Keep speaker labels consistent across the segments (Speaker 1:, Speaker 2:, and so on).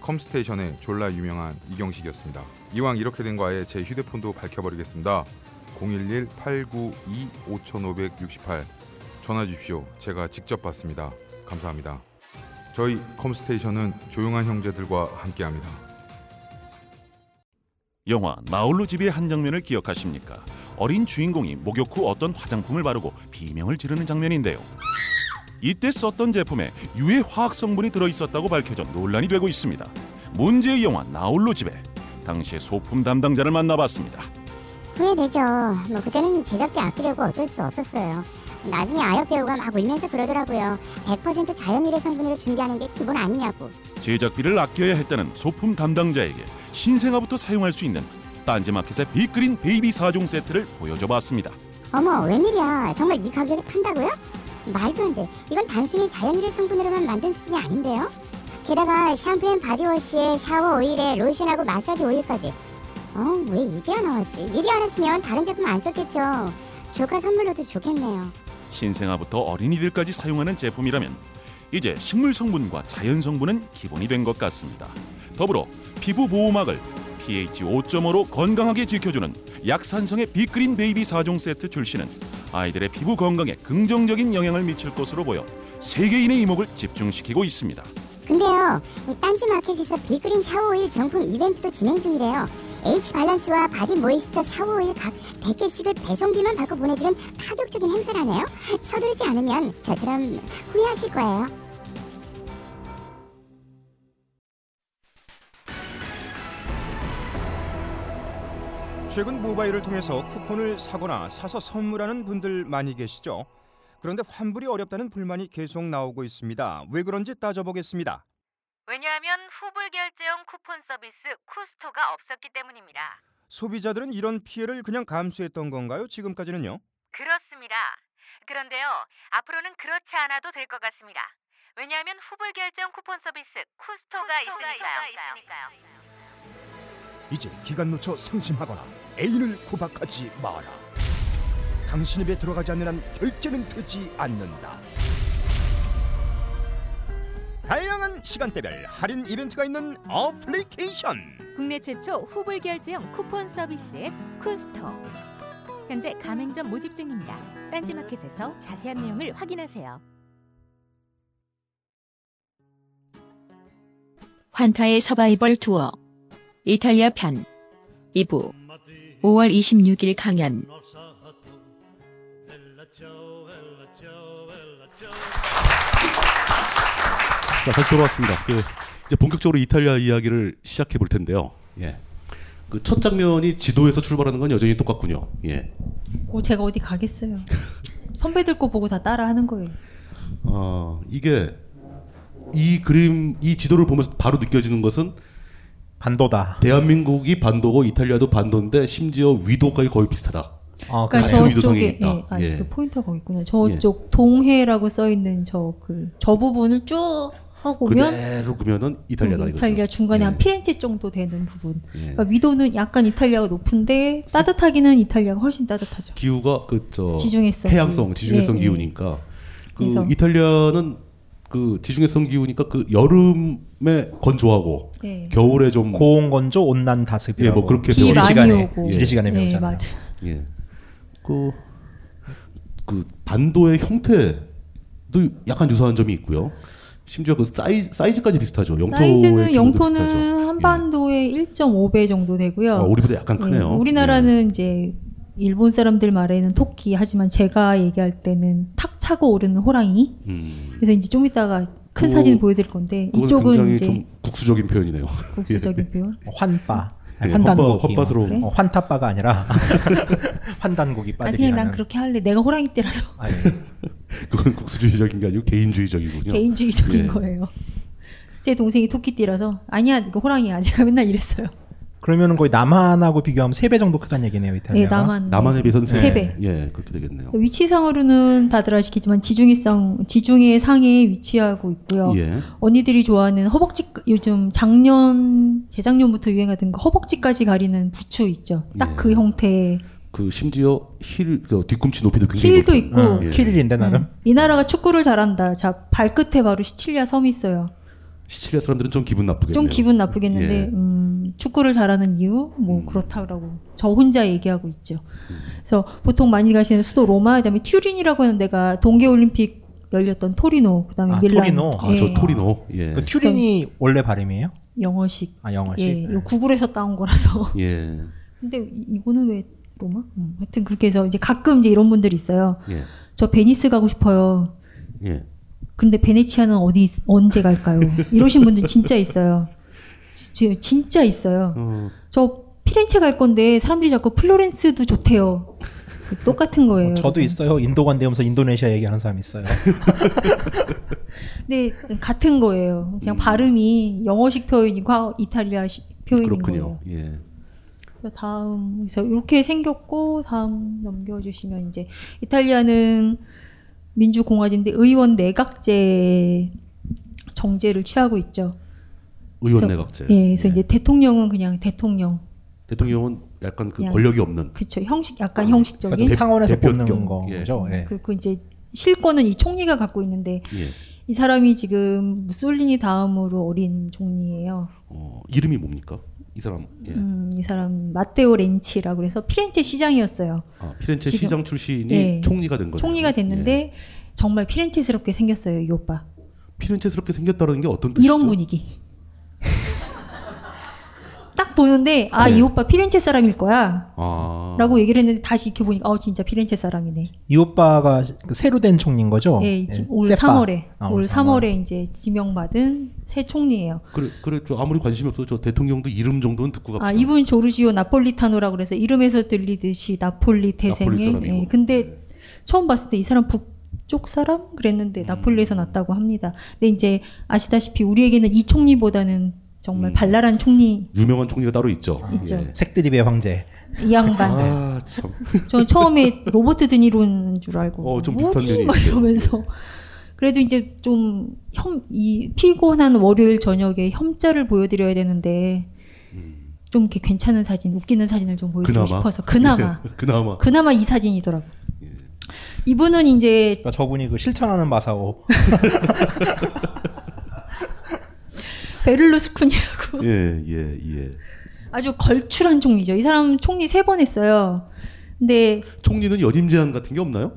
Speaker 1: 컴스테이션의 졸라 유명한 이경식이었습니다. 이왕 이렇게 된 거 아예 제 휴대폰도 밝혀버리겠습니다. 011-892-5568 전화 주십시오. 제가 직접 받습니다. 감사합니다. 저희 컴스테이션은 조용한 형제들과 함께합니다.
Speaker 2: 영화 나홀로 집의 한 장면을 기억하십니까? 어린 주인공이 목욕 후 어떤 화장품을 바르고 비명을 지르는 장면인데요. 이때 썼던 제품에 유해 화학 성분이 들어 있었다고 밝혀져 논란이 되고 있습니다. 문제의 영화 나홀로 집에 당시의 소품 담당자를 만나봤습니다.
Speaker 3: 후회되죠. 뭐 그때는 제작비 아끼려고 어쩔 수 없었어요. 나중에 아역 배우가 막 울면서 그러더라고요. 100% 자연유래 성분으로 준비하는 게 기본 아니냐고.
Speaker 2: 제작비를 아껴야 했다는 소품 담당자에게 신생아부터 사용할 수 있는 딴지마켓의 빅그린 베이비 4종 세트를 보여줘봤습니다.
Speaker 3: 어머 웬일이야. 정말 이 가격에 판다고요? 말도 안 돼. 이건 단순히 자연유래 성분으로만 만든 수준이 아닌데요. 게다가 샴푸앤 바디워시에 샤워 오일에 로션하고 마사지 오일까지. 어, 왜 이제야 나왔지? 미리 알았으면 다른 제품 안 썼겠죠. 조카 선물로도 좋겠네요.
Speaker 2: 신생아부터 어린이들까지 사용하는 제품이라면 이제 식물 성분과 자연 성분은 기본이 된 것 같습니다. 더불어 피부 보호막을 pH 5.5로 건강하게 지켜주는 약산성의 빅그린 베이비 4종 세트 출시는 아이들의 피부 건강에 긍정적인 영향을 미칠 것으로 보여 세계인의 이목을 집중시키고 있습니다.
Speaker 3: 근데요, 이 딴지 마켓에서 빅그린 샤워오일 정품 이벤트도 진행 중이래요. H 발란스와 바디 모이스처 샤워오일 각 100개씩을 배송비만 받고 보내주는 파격적인 행사라네요. 서두르지 않으면 저처럼 후회하실 거예요.
Speaker 4: 최근 모바일을 통해서 쿠폰을 사거나 사서 선물하는 분들 많이 계시죠? 그런데 환불이 어렵다는 불만이 계속 나오고 있습니다. 왜 그런지 따져보겠습니다.
Speaker 5: 왜냐하면 후불 결제형 쿠폰 서비스 쿠스토가 없었기 때문입니다.
Speaker 4: 소비자들은 이런 피해를 그냥 감수했던 건가요? 지금까지는요?
Speaker 5: 그렇습니다. 그런데요, 앞으로는 그렇지 않아도 될 것 같습니다. 왜냐하면 후불 결제형 쿠폰 서비스 쿠스토가, 있으니까요.
Speaker 4: 이제 기간 놓쳐 상심하거나 애인을 구박하지 마라. 당신 입에 들어가지 않는 한 결제는 되지 않는다. 다양한 시간대별 할인 이벤트가 있는 어플리케이션.
Speaker 6: 국내 최초 후불 결제형 쿠폰 서비스 앱 쿠스토. 현재 가맹점 모집 중입니다. 딴지마켓에서 자세한 내용을 확인하세요.
Speaker 7: 환타의 서바이벌 투어 이탈리아 편 2부 5월 26일 강연
Speaker 8: 자, 다시 돌아왔습니다. 그, 이제 본격적으로 이탈리아 이야기를 시작해 볼 텐데요. 예. 그 첫 장면이 지도에서 출발하는 건 여전히 똑같군요. 예.
Speaker 9: 어, 제가 어디 가겠어요. 선배들 거 보고 다 따라하는 거예요.
Speaker 8: 어, 이게 이 그림, 이 지도를 보면서 바로 느껴지는 것은
Speaker 10: 반도다.
Speaker 8: 대한민국이 반도고 이탈리아도 반도인데 심지어 위도까지 거의 비슷하다.
Speaker 10: 어,
Speaker 8: 그러니까
Speaker 10: 그래요.
Speaker 8: 저- 유도성이
Speaker 9: 저쪽에
Speaker 8: 있다.
Speaker 9: 예, 아,
Speaker 8: 예.
Speaker 9: 지금 포인터가 거기 있구나. 저쪽 동해라고 써 있는 저 그 저 부분을 쭉 하고 오면
Speaker 8: 그대로 그러면은 이탈리아다
Speaker 9: 여기
Speaker 8: 이거죠.
Speaker 9: 이탈리아 중간에
Speaker 8: 예.
Speaker 9: 한 피렌체 정도 되는 부분.
Speaker 8: 예.
Speaker 9: 그러니까 위도는 약간 이탈리아가 높은데 따뜻하기는 이탈리아가 훨씬 따뜻하죠.
Speaker 8: 기후가 그저
Speaker 9: 지중해성
Speaker 8: 어, 해양성
Speaker 9: 기후.
Speaker 8: 지중해성
Speaker 9: 예, 예.
Speaker 8: 기후니까 그
Speaker 9: 그래서-
Speaker 8: 이탈리아는 그 지중해성 기후니까 그 여름에 건조하고
Speaker 9: 네.
Speaker 8: 겨울에 좀
Speaker 10: 고온 건조 온난 다습이라고.
Speaker 8: 음. 예, 뭐 그렇게
Speaker 9: 비
Speaker 8: 우리
Speaker 9: 많이
Speaker 10: 시간에,
Speaker 9: 오고.
Speaker 10: 지리 시간에
Speaker 9: 네,
Speaker 10: 배우잖아요.
Speaker 9: 맞아.
Speaker 8: 예. 그, 그 반도의 형태도 약간 유사한 점이 있고요. 심지어 그 사이, 사이즈까지 비슷하죠. 영토의
Speaker 9: 사이즈는
Speaker 8: 규모도 비슷하죠. 예.
Speaker 9: 영토는 한반도의 1.5배 정도 되고요.
Speaker 8: 아, 우리보다 약간
Speaker 9: 예,
Speaker 8: 크네요.
Speaker 9: 우리나라는 이제 일본 사람들 말에는 토끼 하지만 제가 얘기할 때는 탁 차고 오르는 호랑이.
Speaker 8: 음.
Speaker 9: 그래서 이제 좀 이따가 큰
Speaker 8: 그-
Speaker 9: 사진 보여드릴 건데
Speaker 8: 그건
Speaker 9: 네, 이쪽은
Speaker 8: 굉장히
Speaker 9: 이제
Speaker 8: 좀 예. 국수적인 표현이네요.
Speaker 9: 국수적인 표현.
Speaker 10: 환바. 아니,
Speaker 8: 예,
Speaker 10: 환단고기.
Speaker 8: 헛바- 헛바스러운.
Speaker 10: 어, 환타바가 아니라 환단고기
Speaker 9: 아 그냥
Speaker 10: 빠들이라는.
Speaker 9: 난 그렇게 할래. 내가 호랑이 때라서
Speaker 10: 아니, 예.
Speaker 8: 그건 국수주의적인 게 아니고 개인주의적이군요.
Speaker 9: 개인주의적인
Speaker 8: 예.
Speaker 9: 거예요. 제 동생이 토끼띠라서 아니야 이거 호랑이야 제가 맨날 이랬어요.
Speaker 10: 그러면 거의 남한하고 비교하면 세 배 정도 크다는 얘기네요, 이탈리아가.
Speaker 9: 네 나만
Speaker 8: 남한에 비해서는 세
Speaker 9: 세
Speaker 8: 배.
Speaker 9: 배.
Speaker 8: 예, 그렇게 되겠네요.
Speaker 9: 위치상으로는 다들 아시겠지만 지중해상 지중해 상해에 위치하고 있고요.
Speaker 8: 예.
Speaker 9: 언니들이 좋아하는 허벅지 요즘 작년 재작년부터 유행하던 거 허벅지까지 가리는 부츠 있죠. 딱 그
Speaker 8: 예.
Speaker 9: 형태의
Speaker 8: 그 심지어 힐, 그 뒤꿈치 높이도 굉장히
Speaker 9: 힐도
Speaker 8: 높죠.
Speaker 9: 있고
Speaker 10: 응,
Speaker 8: 예.
Speaker 10: 키릴인데 어, 나름.
Speaker 9: 음. 이 나라가 축구를 잘한다. 자 발끝에 바로 시칠리아 섬이 있어요.
Speaker 8: 시칠리아 사람들은 좀 기분 나쁘겠네요.
Speaker 9: 좀 기분 나쁘겠는데
Speaker 8: 예.
Speaker 9: 음, 축구를 잘하는 이유 뭐
Speaker 8: 음.
Speaker 9: 그렇다고 저 혼자 얘기하고 있죠. 그래서 보통 많이 가시는 수도 로마, 그다음에 튜린이라고 하는 데가 동계 올림픽 열렸던 토리노, 그다음에
Speaker 10: 아,
Speaker 9: 밀란,
Speaker 10: 토리노.
Speaker 8: 아, 저 토리노. 예.
Speaker 10: 그 튜린이 원래 발음이에요?
Speaker 9: 영어식,
Speaker 10: 아, 영어식.
Speaker 9: 예, 이거 구글에서 따온 거라서.
Speaker 8: 예.
Speaker 9: 근데 이- 이거는 왜 로마? 음, 하여튼 그렇게 해서 이제 가끔 이제 이런 분들이 있어요.
Speaker 8: 예.
Speaker 9: 저 베니스 가고 싶어요.
Speaker 8: 예.
Speaker 9: 근데 베네치아는 어디 언제 갈까요? 이러신 분들 진짜 있어요. 지- 진짜 있어요.
Speaker 8: 어,
Speaker 9: 저 피렌체 갈 건데 사람들이 자꾸 플로렌스도 좋대요. 똑같은 거예요.
Speaker 10: 어, 저도 있어요. 인도 간대면서 인도네시아 얘기하는 사람 있어요.
Speaker 9: 근데 같은 거예요. 그냥 발음이 영어식 표현이고 하- 이탈리아식 표현인 거예요.
Speaker 8: 그렇군요. 예.
Speaker 9: 그래서 다음 그래서 이렇게 생겼고 다음 넘겨주시면 이제 이탈리아는 민주공화제인데 의원 내각제 정제를 취하고 있죠.
Speaker 8: 의원
Speaker 9: 그래서-
Speaker 8: 내각제.
Speaker 9: 예, 그래서
Speaker 8: 예.
Speaker 9: 이제 대통령은 그냥 대통령,
Speaker 8: 대통령은 약간 그
Speaker 9: 그냥-
Speaker 8: 권력이 없는.
Speaker 9: 그쵸 형식 약간 형식적인.
Speaker 10: 그러니까 상원에서
Speaker 8: 대표격.
Speaker 10: 뽑는 거죠. 예.
Speaker 9: 그리고 이제 실권은 이 총리가 갖고 있는데
Speaker 8: 예.
Speaker 9: 이 사람이 지금 무솔리니 다음으로 어린 종리예요.
Speaker 8: 어, 이름이 뭡니까? 이 사람. 예.
Speaker 9: 음, 이 사람 마테오 렌치라고 그래서 피렌체 시장이었어요.
Speaker 8: 아, 피렌체
Speaker 9: 지금-
Speaker 8: 시장 출신이
Speaker 9: 예.
Speaker 8: 총리가 된 거죠.
Speaker 9: 총리가 됐는데 정말 피렌체스럽게 생겼어요, 이 오빠.
Speaker 8: 피렌체스럽게 생겼다는 게 어떤 뜻이죠?
Speaker 9: 이런 분위기. 딱 보는데 아,
Speaker 8: 네.
Speaker 9: 이 오빠 피렌체 사람일 거야.
Speaker 8: 아.
Speaker 9: 라고 얘기를 했는데 다시 이렇게 보니까 아, 진짜 피렌체 사람이네.
Speaker 10: 이 오빠가 그 새로 된 총리인
Speaker 8: 어,
Speaker 10: 거죠?
Speaker 9: 예, 지- 올
Speaker 10: 세파.
Speaker 9: 3월에
Speaker 10: 아,
Speaker 9: 올
Speaker 10: 삼월.
Speaker 9: 3월에 이제 지명받은 새 총리예요.
Speaker 8: 그래 그래 저 아무리 관심이 없어도 저 대통령도 이름 정도는 듣고 갑시다.
Speaker 9: 아 이분 조르지오 나폴리타노라고 그래서 이름에서 들리듯이 나폴리
Speaker 8: 나폴리
Speaker 9: 태생의
Speaker 8: 사람이고.
Speaker 9: 예, 근데
Speaker 8: 네.
Speaker 9: 처음 봤을 때 이 사람 북쪽 사람
Speaker 8: 음.
Speaker 9: 그랬는데 나폴리에서 났다고 합니다. 근데 이제 아시다시피 우리에게는 이 총리보다는 정말
Speaker 8: 음.
Speaker 9: 발랄한 총리
Speaker 8: 유명한 총리가 따로 있죠.
Speaker 9: 있죠.
Speaker 8: 예.
Speaker 10: 색드립의 황제.
Speaker 9: 이 양반.
Speaker 8: 아 참.
Speaker 9: 전 처음에 로버트 드니로인 줄 알고
Speaker 8: 어, 좀 비슷한
Speaker 9: 뭐지
Speaker 8: 면이
Speaker 9: 막
Speaker 8: 있어요.
Speaker 9: 이러면서 그래도 이제 좀 혐 이 피곤한 월요일 저녁에 혐자를 보여드려야 되는데 좀 이렇게 괜찮은 사진 웃기는 사진을 좀 보여드리고
Speaker 8: 그나마.
Speaker 9: 싶어서 그나마
Speaker 8: 예, 그나마.
Speaker 9: 그나마 이 사진이더라고. 이분은 이제
Speaker 10: 그러니까 저분이 그 실천하는 마사오.
Speaker 9: 베를루스쿤이라고
Speaker 8: 예 예 예.
Speaker 9: 아주 걸출한 총리죠. 이 사람 총리 세 번 했어요. 근데
Speaker 8: 총리는 연임 제한 같은 게 없나요?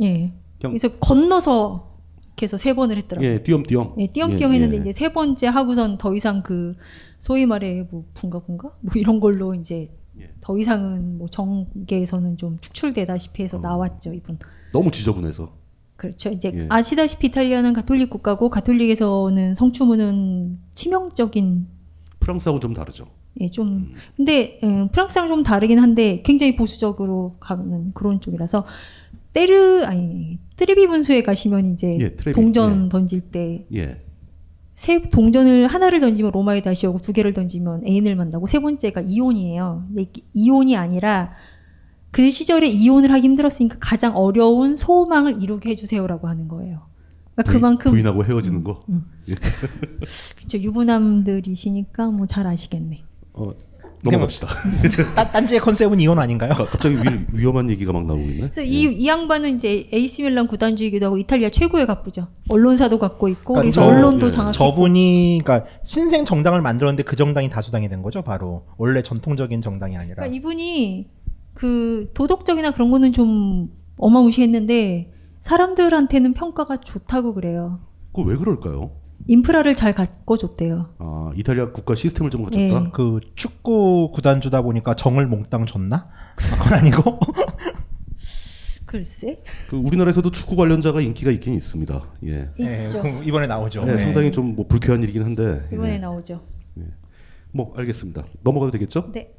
Speaker 9: 예.
Speaker 8: 그냥-
Speaker 9: 그래서 건너서 계속 세 번을 했더라고요.
Speaker 8: 예 띄엄띄엄.
Speaker 9: 예, 띄엄띄엄
Speaker 8: 예,
Speaker 9: 했는데
Speaker 8: 예.
Speaker 9: 이제 세 번째 하고선 더 이상 그 소위 말해 뭐 분가 분가 뭐 이런 걸로 이제
Speaker 8: 예.
Speaker 9: 더 이상은 뭐 정계에서는 좀 축출되다시피 해서
Speaker 8: 어.
Speaker 9: 나왔죠 이분.
Speaker 8: 너무 지저분해서.
Speaker 9: 그렇죠. 이제
Speaker 8: 예.
Speaker 9: 아시다시피 이탈리아는 가톨릭 국가고 가톨릭에서는 성추문은 치명적인
Speaker 8: 프랑스하고 좀 다르죠.
Speaker 9: 예, 좀
Speaker 8: 음.
Speaker 9: 근데 음, 프랑스랑 좀 다르긴 한데 굉장히 보수적으로 가는 그런 쪽이라서 때르 아니 트레비 분수에 가시면 이제
Speaker 8: 예, 트레비.
Speaker 9: 동전 던질 때
Speaker 8: 예.
Speaker 9: 세 동전을 하나를 던지면 로마에 다시 오고 두 개를 던지면 애인을 만나고 세 번째가 이혼이에요. 근데 이- 이혼이 아니라 그 시절에 이혼을 하기 힘들었으니까 가장 어려운 소망을 이루게 해주세요라고 하는 거예요. 그러니까
Speaker 8: 부인-
Speaker 9: 그만큼
Speaker 8: 부인하고 헤어지는 거.
Speaker 9: 그쵸, 유부남들이시니까 뭐 잘 아시겠네.
Speaker 8: 어
Speaker 10: 넘어갑시다.
Speaker 8: 넘어갑시다.
Speaker 10: 딴, 딴지의 컨셉은 이혼 아닌가요?
Speaker 8: 갑자기 위, 위험한 얘기가 막 나오고 있네. 예.
Speaker 9: 그래서
Speaker 10: 예.
Speaker 9: 이, 이 양반은 이제 AC 밀란 구단주이기도 하고 이탈리아 최고의 갑부죠. 언론사도 갖고 있고
Speaker 10: 그러니까
Speaker 9: 아, 그래서
Speaker 10: 저-
Speaker 9: 언론도
Speaker 8: 예.
Speaker 9: 장악하고
Speaker 10: 저분이 그러니까 신생 정당을 만들었는데 그 정당이 다수당이 된 거죠, 바로. 원래 전통적인 정당이 아니라.
Speaker 9: 그러니까 이분이 그 도덕적이나 그런 거는 좀 어마무시했는데 사람들한테는 평가가 좋다고 그래요.
Speaker 8: 그왜 그럴까요?
Speaker 9: 인프라를 잘 갖고 줬대요.
Speaker 8: 아, 이탈리아 국가 시스템을 좀
Speaker 9: 예.
Speaker 8: 갖췄다.
Speaker 10: 그 축구 구단주다 보니까 정을 몽땅 줬나? 그건 아니고
Speaker 9: 글쎄.
Speaker 8: 그 우리나라에서도 축구 관련자가 인기가 있긴 있습니다. 예.
Speaker 10: 예,
Speaker 9: 있죠.
Speaker 10: 그럼 이번에 나오죠.
Speaker 8: 네,
Speaker 10: 네.
Speaker 8: 상당히 좀 뭐 불쾌한 일이긴 한데. 예.
Speaker 9: 이번에 나오죠.
Speaker 8: 뭐 알겠습니다. 넘어가도 되겠죠?
Speaker 9: 네.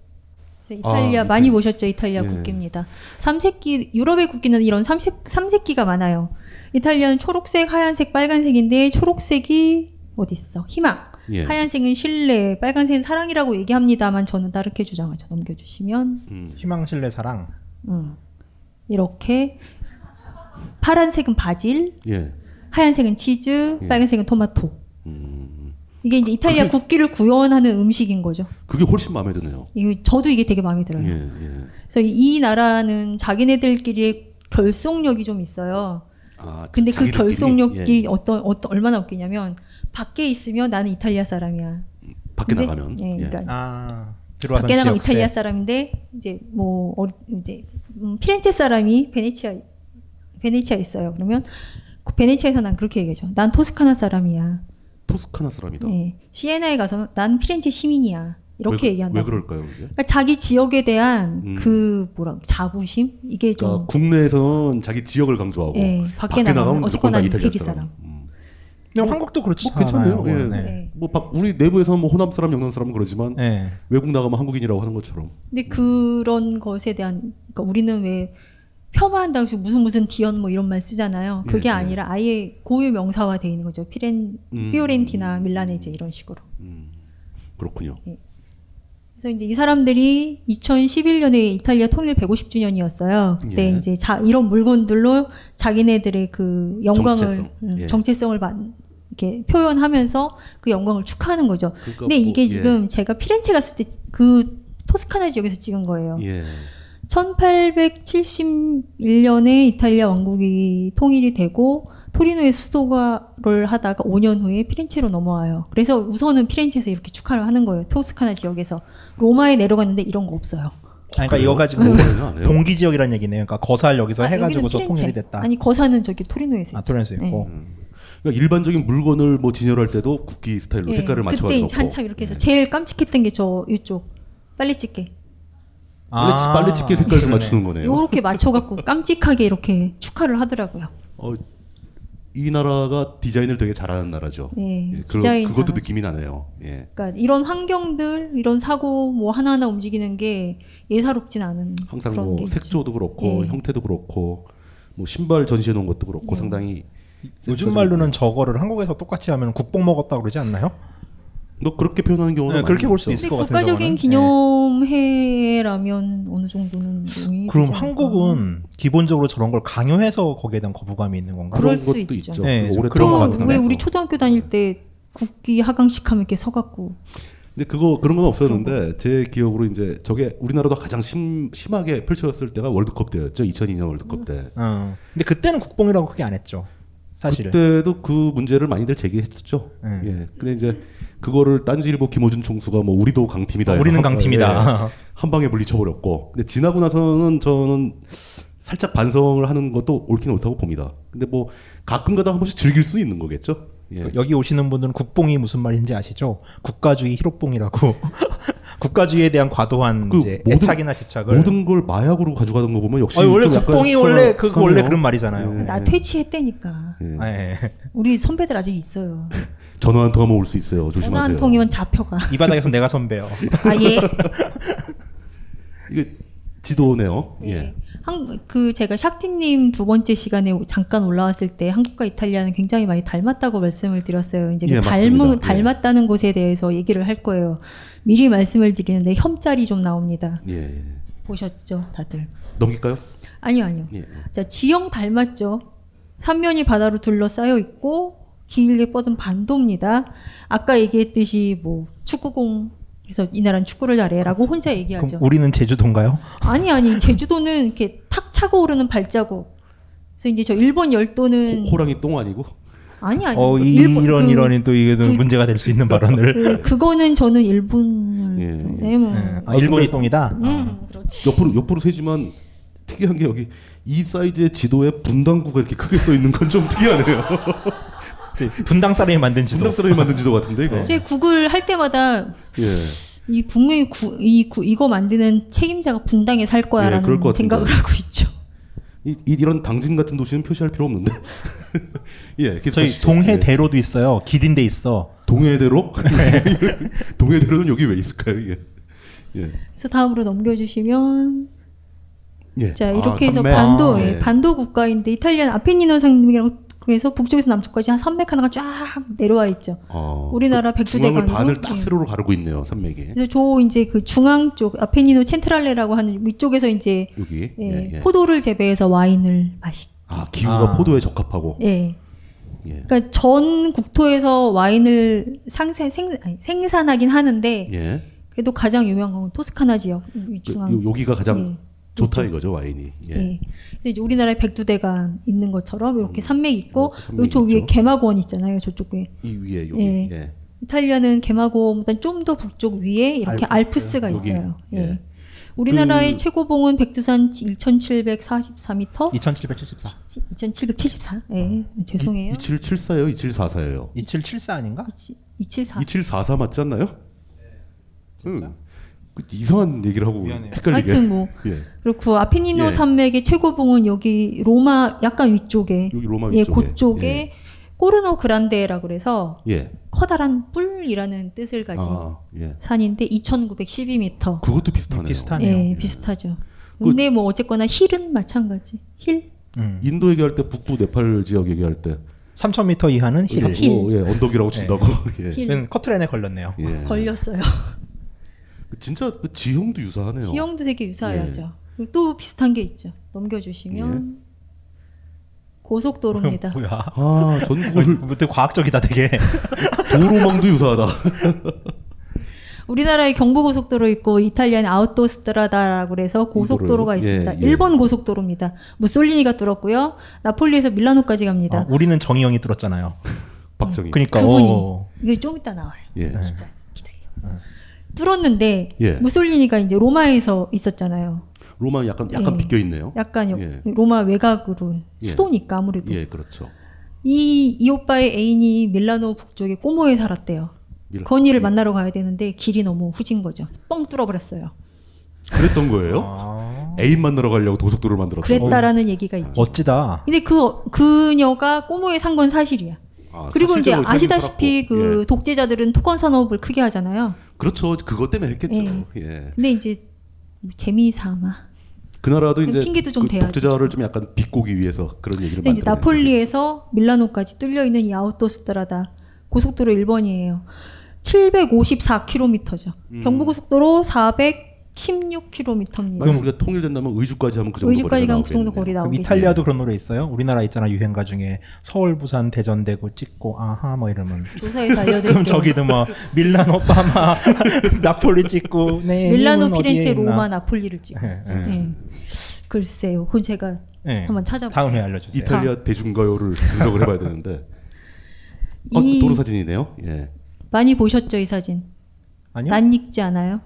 Speaker 9: 그래서 이탈리아 많이 보셨죠? 이탈리아
Speaker 8: 예.
Speaker 9: 국기입니다. 삼색기 유럽의 국기는 이런 삼색 삼색기가 많아요. 이탈리아는 초록색, 하얀색, 빨간색인데 초록색이 어디 있어? 희망.
Speaker 8: 예.
Speaker 9: 하얀색은 신뢰, 빨간색은 사랑이라고 얘기합니다만 저는 다르게 주장하죠. 넘겨주시면
Speaker 8: 음.
Speaker 10: 희망 신뢰 사랑.
Speaker 9: 음. 이렇게 파란색은 바질,
Speaker 8: 예.
Speaker 9: 하얀색은 치즈,
Speaker 8: 예.
Speaker 9: 빨간색은 토마토.
Speaker 8: 음.
Speaker 9: 이게 이제 이탈리아 국기를 구현하는 음식인 거죠.
Speaker 8: 그게 훨씬 마음에 드네요.
Speaker 9: 이거 저도 이게 되게 마음에 들어요.
Speaker 8: 예, 예.
Speaker 9: 그래서 이 나라는 자기네들끼리의 결속력이 좀 있어요.
Speaker 8: 아,
Speaker 9: 근데 그
Speaker 8: 자기들끼리,
Speaker 9: 결속력이
Speaker 8: 예.
Speaker 9: 어떤 어떤 얼마나 웃기냐면 밖에 있으면 나는 이탈리아 사람이야.
Speaker 8: 밖에
Speaker 9: 근데-
Speaker 8: 나가면
Speaker 9: 예, 그러니까
Speaker 10: 아 들어와서
Speaker 9: 밖에 나가면
Speaker 10: 지역세.
Speaker 8: 네.
Speaker 9: 이탈리아 사람인데 이제 뭐 어리, 이제 음, 피렌체 사람이 베네치아 베네치아 있어요. 그러면 그 베네치아에서 난 그렇게 얘기하죠. 난 토스카나 사람이야.
Speaker 8: 토스카나 사람이다.
Speaker 9: 예. 시에나에 가서 난 피렌체 시민이야. 이렇게
Speaker 8: 그러니까. 왜,
Speaker 9: 얘기한다.
Speaker 8: 왜 그럴까요? 이게?
Speaker 9: 그러니까 자기 지역에 대한
Speaker 8: 음.
Speaker 9: 그 뭐라 자부심 이게 좀
Speaker 8: 그러니까 국내에서는 자기 지역을 강조하고
Speaker 9: 예, 밖에, 나가면
Speaker 8: 무조건
Speaker 9: 어쨌거나
Speaker 8: 다 이탈리아
Speaker 9: 이태리 사람.
Speaker 8: 음.
Speaker 10: 근데 한국도 그렇지
Speaker 8: 뭐 괜찮네요.
Speaker 10: 않아요.
Speaker 8: 예.
Speaker 10: 네.
Speaker 9: 네.
Speaker 8: 뭐 박- 우리 내부에서는 뭐 호남 사람, 영남 사람은 그러지만
Speaker 10: 예.
Speaker 8: 외국 나가면 한국인이라고 하는 것처럼.
Speaker 9: 근데 그런 것에 대한 그러니까 우리는 왜 폄하한 당시 무슨 무슨 디언 뭐 이런 말 쓰잖아요.
Speaker 8: 예,
Speaker 9: 그게
Speaker 8: 예.
Speaker 9: 아니라 아예 고유 명사화 돼 있는 거죠. 피렌
Speaker 8: 음.
Speaker 9: 피오렌티나 밀라네제 이런 식으로.
Speaker 8: 음, 그렇군요.
Speaker 9: 그래서 이제 이 사람들이 2011년에 이탈리아 통일 150주년이었어요. 그때
Speaker 8: 예.
Speaker 9: 이제 자, 이런 물건들로 자기네들의 그 영광을
Speaker 8: 정체성.
Speaker 9: 음,
Speaker 8: 예.
Speaker 9: 정체성을 마- 이렇게 표현하면서 그 영광을 축하하는 거죠.
Speaker 8: 그러니까
Speaker 9: 근데
Speaker 8: 뭐-
Speaker 9: 이게
Speaker 8: 예.
Speaker 9: 지금 제가 피렌체 갔을 때 그 토스카나 지역에서 찍은 거예요.
Speaker 8: 예.
Speaker 9: 1871년에 이탈리아 왕국이 통일이 되고 토리노의 수도가를 하다가 5년 후에 피렌체로 넘어와요. 그래서 우선은 피렌체에서 이렇게 축하를 하는 거예요. 토스카나 지역에서 로마에 내려갔는데 이런 거 없어요.
Speaker 10: 아니, 그러니까 이거 가지고
Speaker 8: 뭐 그거는 안 해요?
Speaker 10: 동기 지역이라는 얘기네요. 그러니까 거살 여기서
Speaker 9: 아,
Speaker 10: 해가지고서
Speaker 9: 여기는 피렌체.
Speaker 10: 통일이 됐다.
Speaker 9: 아니 네. 거사는 저기 토리노에서
Speaker 10: 아
Speaker 9: 했죠.
Speaker 10: 토렌스 있고.
Speaker 8: 그러니까 일반적인 물건을 뭐 진열할 때도 국기 스타일로
Speaker 9: 예,
Speaker 8: 색깔을
Speaker 9: 그때
Speaker 8: 맞춰가지고
Speaker 9: 이제 한참 이렇게 해서
Speaker 10: 네.
Speaker 8: 예.
Speaker 9: 제일 깜찍했던 게 저 이쪽 빨래집게
Speaker 8: 빨래,
Speaker 10: 아,
Speaker 8: 빨래 집게 색깔도
Speaker 10: 그러네.
Speaker 8: 맞추는 거네요.
Speaker 9: 요렇게 맞춰갖고 깜찍하게 이렇게 축하를 하더라고요.
Speaker 8: 어, 이 나라가 디자인을 되게 잘하는 나라죠.
Speaker 9: 예,
Speaker 8: 예, 그,
Speaker 9: 디자인
Speaker 8: 그것도
Speaker 9: 잘하죠.
Speaker 8: 느낌이 나네요. 예.
Speaker 9: 그러니까 이런 환경들, 이런 사고 뭐 하나하나 움직이는 게 예사롭진 않은
Speaker 8: 항상
Speaker 9: 그런
Speaker 8: 뭐
Speaker 9: 게 있죠.
Speaker 8: 색조도 그렇고
Speaker 9: 예.
Speaker 8: 형태도 그렇고 뭐 신발 전시해 놓은 것도 그렇고
Speaker 9: 예.
Speaker 8: 상당히
Speaker 10: 요즘 말로는 저거를 한국에서 똑같이 하면 국뽕 먹었다 고 그러지 않나요?
Speaker 8: 너 그렇게 표현하는 경우는
Speaker 10: 네,
Speaker 8: 많이
Speaker 10: 그렇게 볼 수도
Speaker 8: 있죠.
Speaker 10: 있을
Speaker 9: 근데
Speaker 10: 것 같은
Speaker 9: 국가적인
Speaker 10: 경우는.
Speaker 9: 기념회라면 어느 정도는
Speaker 8: 네.
Speaker 9: 용인이
Speaker 10: 네. 그럼
Speaker 9: 되지 않을까.
Speaker 10: 한국은 기본적으로 저런 걸 강요해서 거기에 대한 거부감이 있는 건가?
Speaker 9: 그럴
Speaker 8: 그런
Speaker 9: 수
Speaker 8: 것도 있죠.
Speaker 9: 있죠.
Speaker 10: 네,
Speaker 8: 오래
Speaker 10: 그런 것
Speaker 9: 그
Speaker 10: 같은데.
Speaker 9: 왜
Speaker 8: 그래서.
Speaker 9: 우리 초등학교 다닐 때 국기 하강식 하면 이렇게 서갖고
Speaker 8: 근데 그거 그런 건 없었는데 제 기억으로 이제 저게 우리나라도 가장 심, 심하게 펼쳐졌을 때가 월드컵 때였죠. 2002년 월드컵 때.
Speaker 10: 어. 근데 그때는 국뽕이라고 크게 안 했죠. 사실.
Speaker 8: 그때도 그 문제를 많이들 제기했었죠.
Speaker 10: 네.
Speaker 8: 예. 근데 이제 그거를 딴지일보 김호준 총수가 뭐 우리도 강팀이다.
Speaker 10: 아,
Speaker 8: 해서
Speaker 10: 우리는
Speaker 8: 한- 예,
Speaker 10: 강팀이다.
Speaker 8: 한 방에 물리쳐버렸고. 근데 지나고 나서는 저는 살짝 반성을 하는 것도 옳긴 옳다고 봅니다. 근데 뭐 가끔가다 한 번씩 즐길 수는 있는 거겠죠. 예.
Speaker 10: 여기 오시는 분들은 국뽕이 무슨 말인지 아시죠? 국가주의 희록뽕이라고. 국가주의에 대한 과도한
Speaker 8: 그
Speaker 10: 이제
Speaker 8: 모든-
Speaker 10: 애착이나 집착을.
Speaker 8: 모든 걸 마약으로 가져가던 거 보면 역시
Speaker 10: 아니, 원래
Speaker 8: 좀 약간
Speaker 10: 국뽕이
Speaker 8: 수가
Speaker 10: 원래 그
Speaker 8: 수상해요.
Speaker 10: 원래 그런 말이잖아요.
Speaker 8: 예.
Speaker 9: 나 퇴치했다니까.
Speaker 8: 예.
Speaker 10: 예.
Speaker 9: 우리 선배들 아직 있어요.
Speaker 8: 전화 한 통하면 올 수 있어요. 조심하세요.
Speaker 9: 전화 한 통이면 잡혀가.
Speaker 10: 이 바닥에서 내가 선배요.
Speaker 9: 아 예.
Speaker 8: 이게 지도네요. 예.
Speaker 9: 네. 한, 그 제가 샥티님 두 번째 시간에 오- 잠깐 올라왔을 때 한국과 이탈리아는 굉장히 많이 닮았다고 말씀을 드렸어요. 이제 그
Speaker 8: 예, 맞습니다. 예.
Speaker 9: 닮은, 닮았다는 것에 대해서 얘기를 할 거예요. 미리 말씀을 드리는데 혐짤이 좀 나옵니다.
Speaker 8: 예. 예.
Speaker 9: 보셨죠, 다들?
Speaker 8: 넘길까요?
Speaker 9: 아니요, 아니요.
Speaker 8: 예.
Speaker 9: 자, 지형 닮았죠. 삼면이 바다로 둘러싸여 있고 길게 뻗은 반도입니다. 아까 얘기했듯이 뭐 축구공 그래서 이 나라는 축구를 잘해라고 혼자
Speaker 10: 아, 그럼
Speaker 9: 얘기하죠.
Speaker 10: 우리는 제주도인가요?
Speaker 9: 아니 아니 제주도는 이렇게 탁 차고 오르는 발자국. 그래서 이제 저 일본 열도는
Speaker 8: 호, 호랑이 똥 아니고?
Speaker 9: 아니 아니
Speaker 10: 어, 이,
Speaker 9: 일본-
Speaker 10: 이런
Speaker 9: 그-
Speaker 10: 이런 또 이게 또
Speaker 9: 그-
Speaker 10: 문제가 될 수 있는 발언을.
Speaker 9: 그, 그거는 저는 일본
Speaker 8: 예,
Speaker 9: 열도.
Speaker 8: 예.
Speaker 9: 네, 뭐.
Speaker 10: 예. 아, 일본이 똥이다.
Speaker 9: 음 그렇지.
Speaker 8: 옆으로 옆으로 세지만 특이한 게 여기 이 사이즈의 지도에 분당구가 이렇게 크게 써 있는 건 좀 특이하네요.
Speaker 10: 분당 사람이 만든 지도.
Speaker 8: 분당 사람이 만든 지도 같은데
Speaker 10: 네.
Speaker 8: 이거.
Speaker 9: 제 구글 할 때마다
Speaker 8: 예.
Speaker 9: 이 분명히 구, 이 구, 이거 만드는 책임자가 분당에 살
Speaker 8: 예, 그럴
Speaker 9: 거야라는
Speaker 8: 것 같습니다.
Speaker 9: 생각을 하고 있죠.
Speaker 8: 이, 이- 이런 당진 같은 도시는 표시할 필요 없는데. 예. 계속
Speaker 10: 저희
Speaker 8: 하시죠. 예.
Speaker 10: 동해대로도 있어요. 길인데 있어.
Speaker 8: 동해대로?
Speaker 10: 네.
Speaker 8: 동해대로는 여기 왜 있을까요? 이게. 예.
Speaker 9: 그래서 다음으로 넘겨주시면
Speaker 8: 예.
Speaker 9: 자
Speaker 8: 아,
Speaker 9: 이렇게 해서
Speaker 8: 산맥.
Speaker 9: 반도
Speaker 8: 아,
Speaker 9: 예,
Speaker 8: 예.
Speaker 9: 반도 국가인데 이탈리아는 아페니노 상맥이라고 그래서 북쪽에서 남쪽까지 한 산맥 하나가 쫙 내려와 있죠.
Speaker 8: 어,
Speaker 9: 우리나라 백두대간으로
Speaker 8: 중앙을 반을 딱
Speaker 9: 예.
Speaker 8: 세로로 가르고 있네요. 산맥이.
Speaker 9: 그래서 저 이제 그 중앙 쪽 아페니노 첸트랄레라고 하는 위쪽에서 이제
Speaker 8: 여기.
Speaker 9: 예,
Speaker 8: 예, 예.
Speaker 9: 포도를 재배해서 와인을 마시.
Speaker 8: 아 기후가
Speaker 10: 아.
Speaker 8: 포도에 적합하고.
Speaker 9: 예.
Speaker 8: 예.
Speaker 9: 그러니까 전 국토에서 와인을 상세, 생, 아니, 생산하긴 하는데
Speaker 8: 예.
Speaker 9: 그래도 가장 유명한 건 토스카나 지역 이
Speaker 8: 그,
Speaker 9: 네. 중앙.
Speaker 8: 요- 여기가 가장
Speaker 9: 예.
Speaker 8: 좋다 이거죠 와인이. 예.
Speaker 9: 예. 그래서 이제 우리나라에 백두대간 있는 것처럼 이렇게
Speaker 8: 음.
Speaker 9: 산맥 있고
Speaker 8: 어, 산맥
Speaker 9: 요쪽 위에
Speaker 8: 있죠.
Speaker 9: 개마고원 있잖아요. 저쪽에.
Speaker 8: 이 위에 여기.
Speaker 9: 예.
Speaker 8: 예.
Speaker 9: 이탈리아는 개마고원보다 좀 더 북쪽 위에
Speaker 10: 알프스,
Speaker 9: 이렇게 알프스. 가
Speaker 8: 여기.
Speaker 9: 있어요. 예.
Speaker 8: 예.
Speaker 9: 우리나라의
Speaker 8: 그-
Speaker 9: 최고봉은 백두산 1,744m,
Speaker 10: 2774.
Speaker 9: 2,774. 예. 죄송해요.
Speaker 8: 2774예요. 2744예요.
Speaker 10: 2774 아닌가?
Speaker 9: 274.
Speaker 8: 2744 맞지 않나요? 응. 그 이상한 얘기를 하고
Speaker 10: 네. 미안해요.
Speaker 8: 헷갈리게.
Speaker 9: 하여튼 뭐
Speaker 8: 예.
Speaker 9: 그렇고 아페니노
Speaker 8: 예.
Speaker 9: 산맥의 최고봉은 여기 로마 약간 위쪽에
Speaker 8: 여기 로마
Speaker 9: 예,
Speaker 8: 위쪽에.
Speaker 9: 그쪽에 꼬르노 그란데라고 그래서
Speaker 8: 예. 예.
Speaker 9: 커다란 뿔이라는 뜻을 가진
Speaker 8: 아, 예.
Speaker 9: 산인데 2,912m.
Speaker 8: 그것도 비슷하네요.
Speaker 10: 비슷하네요.
Speaker 9: 예, 비슷하죠.
Speaker 8: 그-
Speaker 9: 근데 뭐 어쨌거나 힐은 마찬가지. 힐?
Speaker 10: 음.
Speaker 8: 인도 얘기할 때 북부 네팔 지역 얘기할 때
Speaker 10: 3000m 이하는
Speaker 8: 자꾸,
Speaker 10: 힐.
Speaker 9: 힐.
Speaker 8: 예, 언덕이라고
Speaker 10: 네.
Speaker 8: 친다고. 예.
Speaker 9: 힐.
Speaker 10: 은 커트라인에 걸렸네요.
Speaker 8: 예.
Speaker 9: 걸렸어요.
Speaker 8: 진짜 그 지형도 유사하네요. 예.
Speaker 9: 지형도 되게 유사하죠. 그리고 또 비슷한 게 있죠. 넘겨주시면 고속도로입니다.
Speaker 10: 뭐야?
Speaker 8: 아, 전국을
Speaker 10: 뭐
Speaker 8: 그
Speaker 10: 되게 어, 과학적이다 되게.
Speaker 8: 도로망도 유사하다.
Speaker 9: 우리나라에 경부고속도로 있고 이탈리아는 아우토스트라다라고 그래서 고속도로가
Speaker 8: 고속도로요?
Speaker 9: 있습니다.
Speaker 8: 예, 예.
Speaker 9: 일본 고속도로입니다. 무솔리니가 뚫었고요. 나폴리에서 밀라노까지
Speaker 10: 아,
Speaker 8: 그
Speaker 9: 갑니다.
Speaker 10: 우리는 정이 형이 뚫었잖아요.
Speaker 8: 박정희.
Speaker 10: 그러니까
Speaker 9: 그분이
Speaker 10: 어.
Speaker 9: 이게 좀 이따 나와요.
Speaker 10: 네.
Speaker 8: 예.
Speaker 9: 기다려, 기다려. 뚫었는데
Speaker 8: 예.
Speaker 9: 무솔리니가 이제 로마에서 있었잖아요.
Speaker 8: 로마 약간 약간
Speaker 9: 예.
Speaker 8: 비껴 있네요.
Speaker 9: 약간 요-
Speaker 8: 예.
Speaker 9: 로마 외곽으로
Speaker 8: 예.
Speaker 9: 수도니까 아무래도
Speaker 8: 예, 그렇죠.
Speaker 9: 이, 이 오빠의 애인이 밀라노 북쪽에 꼬모에 살았대요.
Speaker 8: 밀라-
Speaker 9: 건이를
Speaker 8: 예.
Speaker 9: 만나러 가야 되는데 길이 너무 후진 거죠. 뻥 뚫어버렸어요.
Speaker 8: 그랬던 거예요?
Speaker 10: 아.
Speaker 8: 애인 만나러 가려고 도속도로를 만들었다.
Speaker 9: 그랬다라는
Speaker 8: 어.
Speaker 9: 얘기가 있죠.
Speaker 10: 멋지다.
Speaker 9: 근데 그 그녀가 꼬모에 산 건 사실이야.
Speaker 8: 아,
Speaker 9: 그리고 이제
Speaker 8: 사실적으로 살긴
Speaker 9: 아시다시피
Speaker 8: 살았고.
Speaker 9: 그
Speaker 8: 예.
Speaker 9: 독재자들은 토건 산업을 크게 하잖아요.
Speaker 8: 그렇죠. 그것 때문에 했겠죠.
Speaker 9: 예.
Speaker 8: 예.
Speaker 9: 근데 이제 재미 삼아.
Speaker 8: 그 나라도
Speaker 9: 그럼
Speaker 8: 이제
Speaker 9: 핑계도 좀
Speaker 8: 그
Speaker 9: 대야죠.
Speaker 8: 독재자를 좀 약간 비꼬기 위해서 그런 얘기를
Speaker 9: 근데 이제
Speaker 8: 만들어낸
Speaker 9: 나폴리에서 밀라노까지 뚫려 있는 이 아우토스트라다 고속도로 1번이에요. 754km죠.
Speaker 8: 음.
Speaker 9: 경부고속도로 416km입니다.
Speaker 8: 만약 우리가 통일된다면 의주까지 하면 그 정도
Speaker 9: 의주까지
Speaker 8: 거리가
Speaker 9: 가면 그 정도 거리
Speaker 8: 나오겠네요.
Speaker 10: 그럼
Speaker 9: 나오겠죠.
Speaker 10: 이탈리아도 그런 노래 있어요? 우리나라 있잖아 유행가 중에 서울, 부산, 대전, 대구 찍고 아하 뭐 이러면
Speaker 9: 조사해서 네, 알려드릴게요.
Speaker 10: 그럼 저기도 뭐 밀란, 오바마, 나폴리 찍고 네,
Speaker 9: 밀라노,
Speaker 10: 님은 어디에
Speaker 9: 피렌체,
Speaker 10: 있나?
Speaker 9: 로마, 나폴리를 찍고.
Speaker 10: 예, 예.
Speaker 9: 예. 글쎄요. 그건 제가
Speaker 10: 예.
Speaker 9: 한번 찾아볼게요.
Speaker 10: 다음에 알려주세요.
Speaker 8: 이탈리아 대중가요를 분석을 해봐야 되는데
Speaker 10: 그
Speaker 8: 아,
Speaker 9: 이-
Speaker 8: 도로 사진이네요. 예.
Speaker 9: 많이 보셨죠 이 사진?
Speaker 10: 아니요? 어.
Speaker 9: 난 읽지 않아요?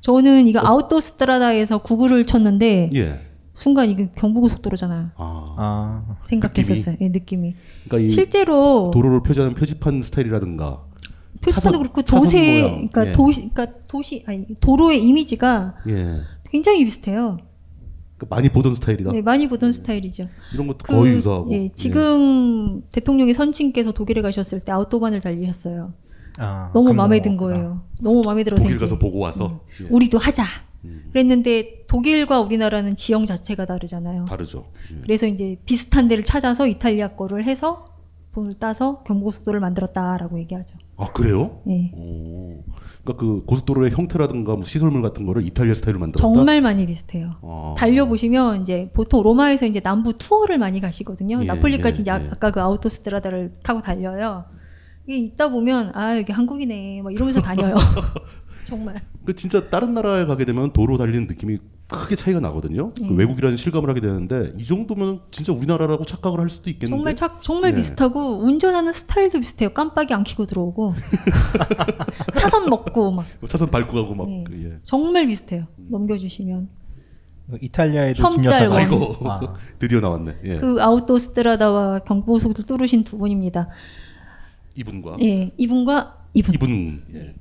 Speaker 9: 저는 이거 아웃도스트라다에서 구글을 쳤는데
Speaker 8: 예.
Speaker 9: 순간 이게 경부고속도로잖아요.
Speaker 8: 아,
Speaker 10: 아
Speaker 9: 생각했었어요. 예, 느낌이.
Speaker 8: 그러니까 이
Speaker 9: 실제로
Speaker 8: 도로를 표시하는 표지판 스타일이라든가
Speaker 9: 표지판도
Speaker 8: 차선-
Speaker 9: 그렇고
Speaker 8: 차선
Speaker 9: 도시,
Speaker 8: 모양.
Speaker 9: 그러니까
Speaker 8: 예.
Speaker 9: 도시, 그러니까 도시 아니 도로의 이미지가
Speaker 8: 예.
Speaker 9: 굉장히 비슷해요.
Speaker 8: 그러니까 많이 보던 스타일이다.
Speaker 9: 네, 많이 보던 스타일이죠.
Speaker 8: 이런 것도
Speaker 9: 그-
Speaker 8: 거의 유사하고.
Speaker 9: 예, 지금 대통령의 선친께서 독일에 가셨을 때 아웃도반을 달리셨어요.
Speaker 10: 아,
Speaker 9: 너무
Speaker 10: 그럼
Speaker 9: 마음에 든
Speaker 10: 넘어갔구나.
Speaker 9: 거예요. 너무 마음에 들어서
Speaker 8: 독일
Speaker 9: 이제
Speaker 8: 가서 보고 와서 예.
Speaker 9: 우리도 하자.
Speaker 8: 음,
Speaker 9: 그랬는데 독일과 우리나라는 지형 자체가 다르잖아요.
Speaker 8: 다르죠. 예.
Speaker 9: 그래서 이제 비슷한 데를 찾아서 이탈리아 거를 해서 본을 따서 경부고속도로를 만들었다라고 얘기하죠.
Speaker 8: 아 그래요?
Speaker 9: 예.
Speaker 8: 오. 그러니까 그 고속도로의 형태라든가 뭐 시설물 같은 거를 이탈리아 스타일로 만들었다.
Speaker 9: 정말 많이 비슷해요.
Speaker 8: 아.
Speaker 9: 달려보시면 이제 보통 로마에서 이제 남부 투어를 많이 가시거든요.
Speaker 8: 예,
Speaker 9: 나폴리까지
Speaker 8: 예,
Speaker 9: 이제 아-
Speaker 8: 예.
Speaker 9: 아까 그 아우토스트라다를 타고 달려요. 이게 있다 보면 아 여기 한국이네 막 이러면서 다녀요. 정말.
Speaker 8: 그 진짜 다른 나라에 가게 되면 도로 달리는 느낌이 크게 차이가 나거든요. 그
Speaker 9: 예.
Speaker 8: 외국이라는 실감을 하게 되는데 이 정도면 진짜 우리나라라고 착각을 할 수도 있겠는데.
Speaker 9: 정말 착, 정말
Speaker 8: 예.
Speaker 9: 비슷하고 운전하는 스타일도 비슷해요. 깜빡이 안 켜고 들어오고 차선 먹고 막
Speaker 8: 차선 밟고 가고 막.
Speaker 9: 예.
Speaker 8: 그, 예.
Speaker 9: 정말 비슷해요. 넘겨주시면
Speaker 10: 이탈리아에도 아,
Speaker 9: 혐짤
Speaker 10: 김여사가
Speaker 9: 원.
Speaker 8: 아이고 드디어 나왔네. 예.
Speaker 9: 그 아웃도스트라다와 경부고속을 뚫으신 두 분입니다.
Speaker 8: 이분과
Speaker 9: 예, 이분과 이분
Speaker 8: 이분 예.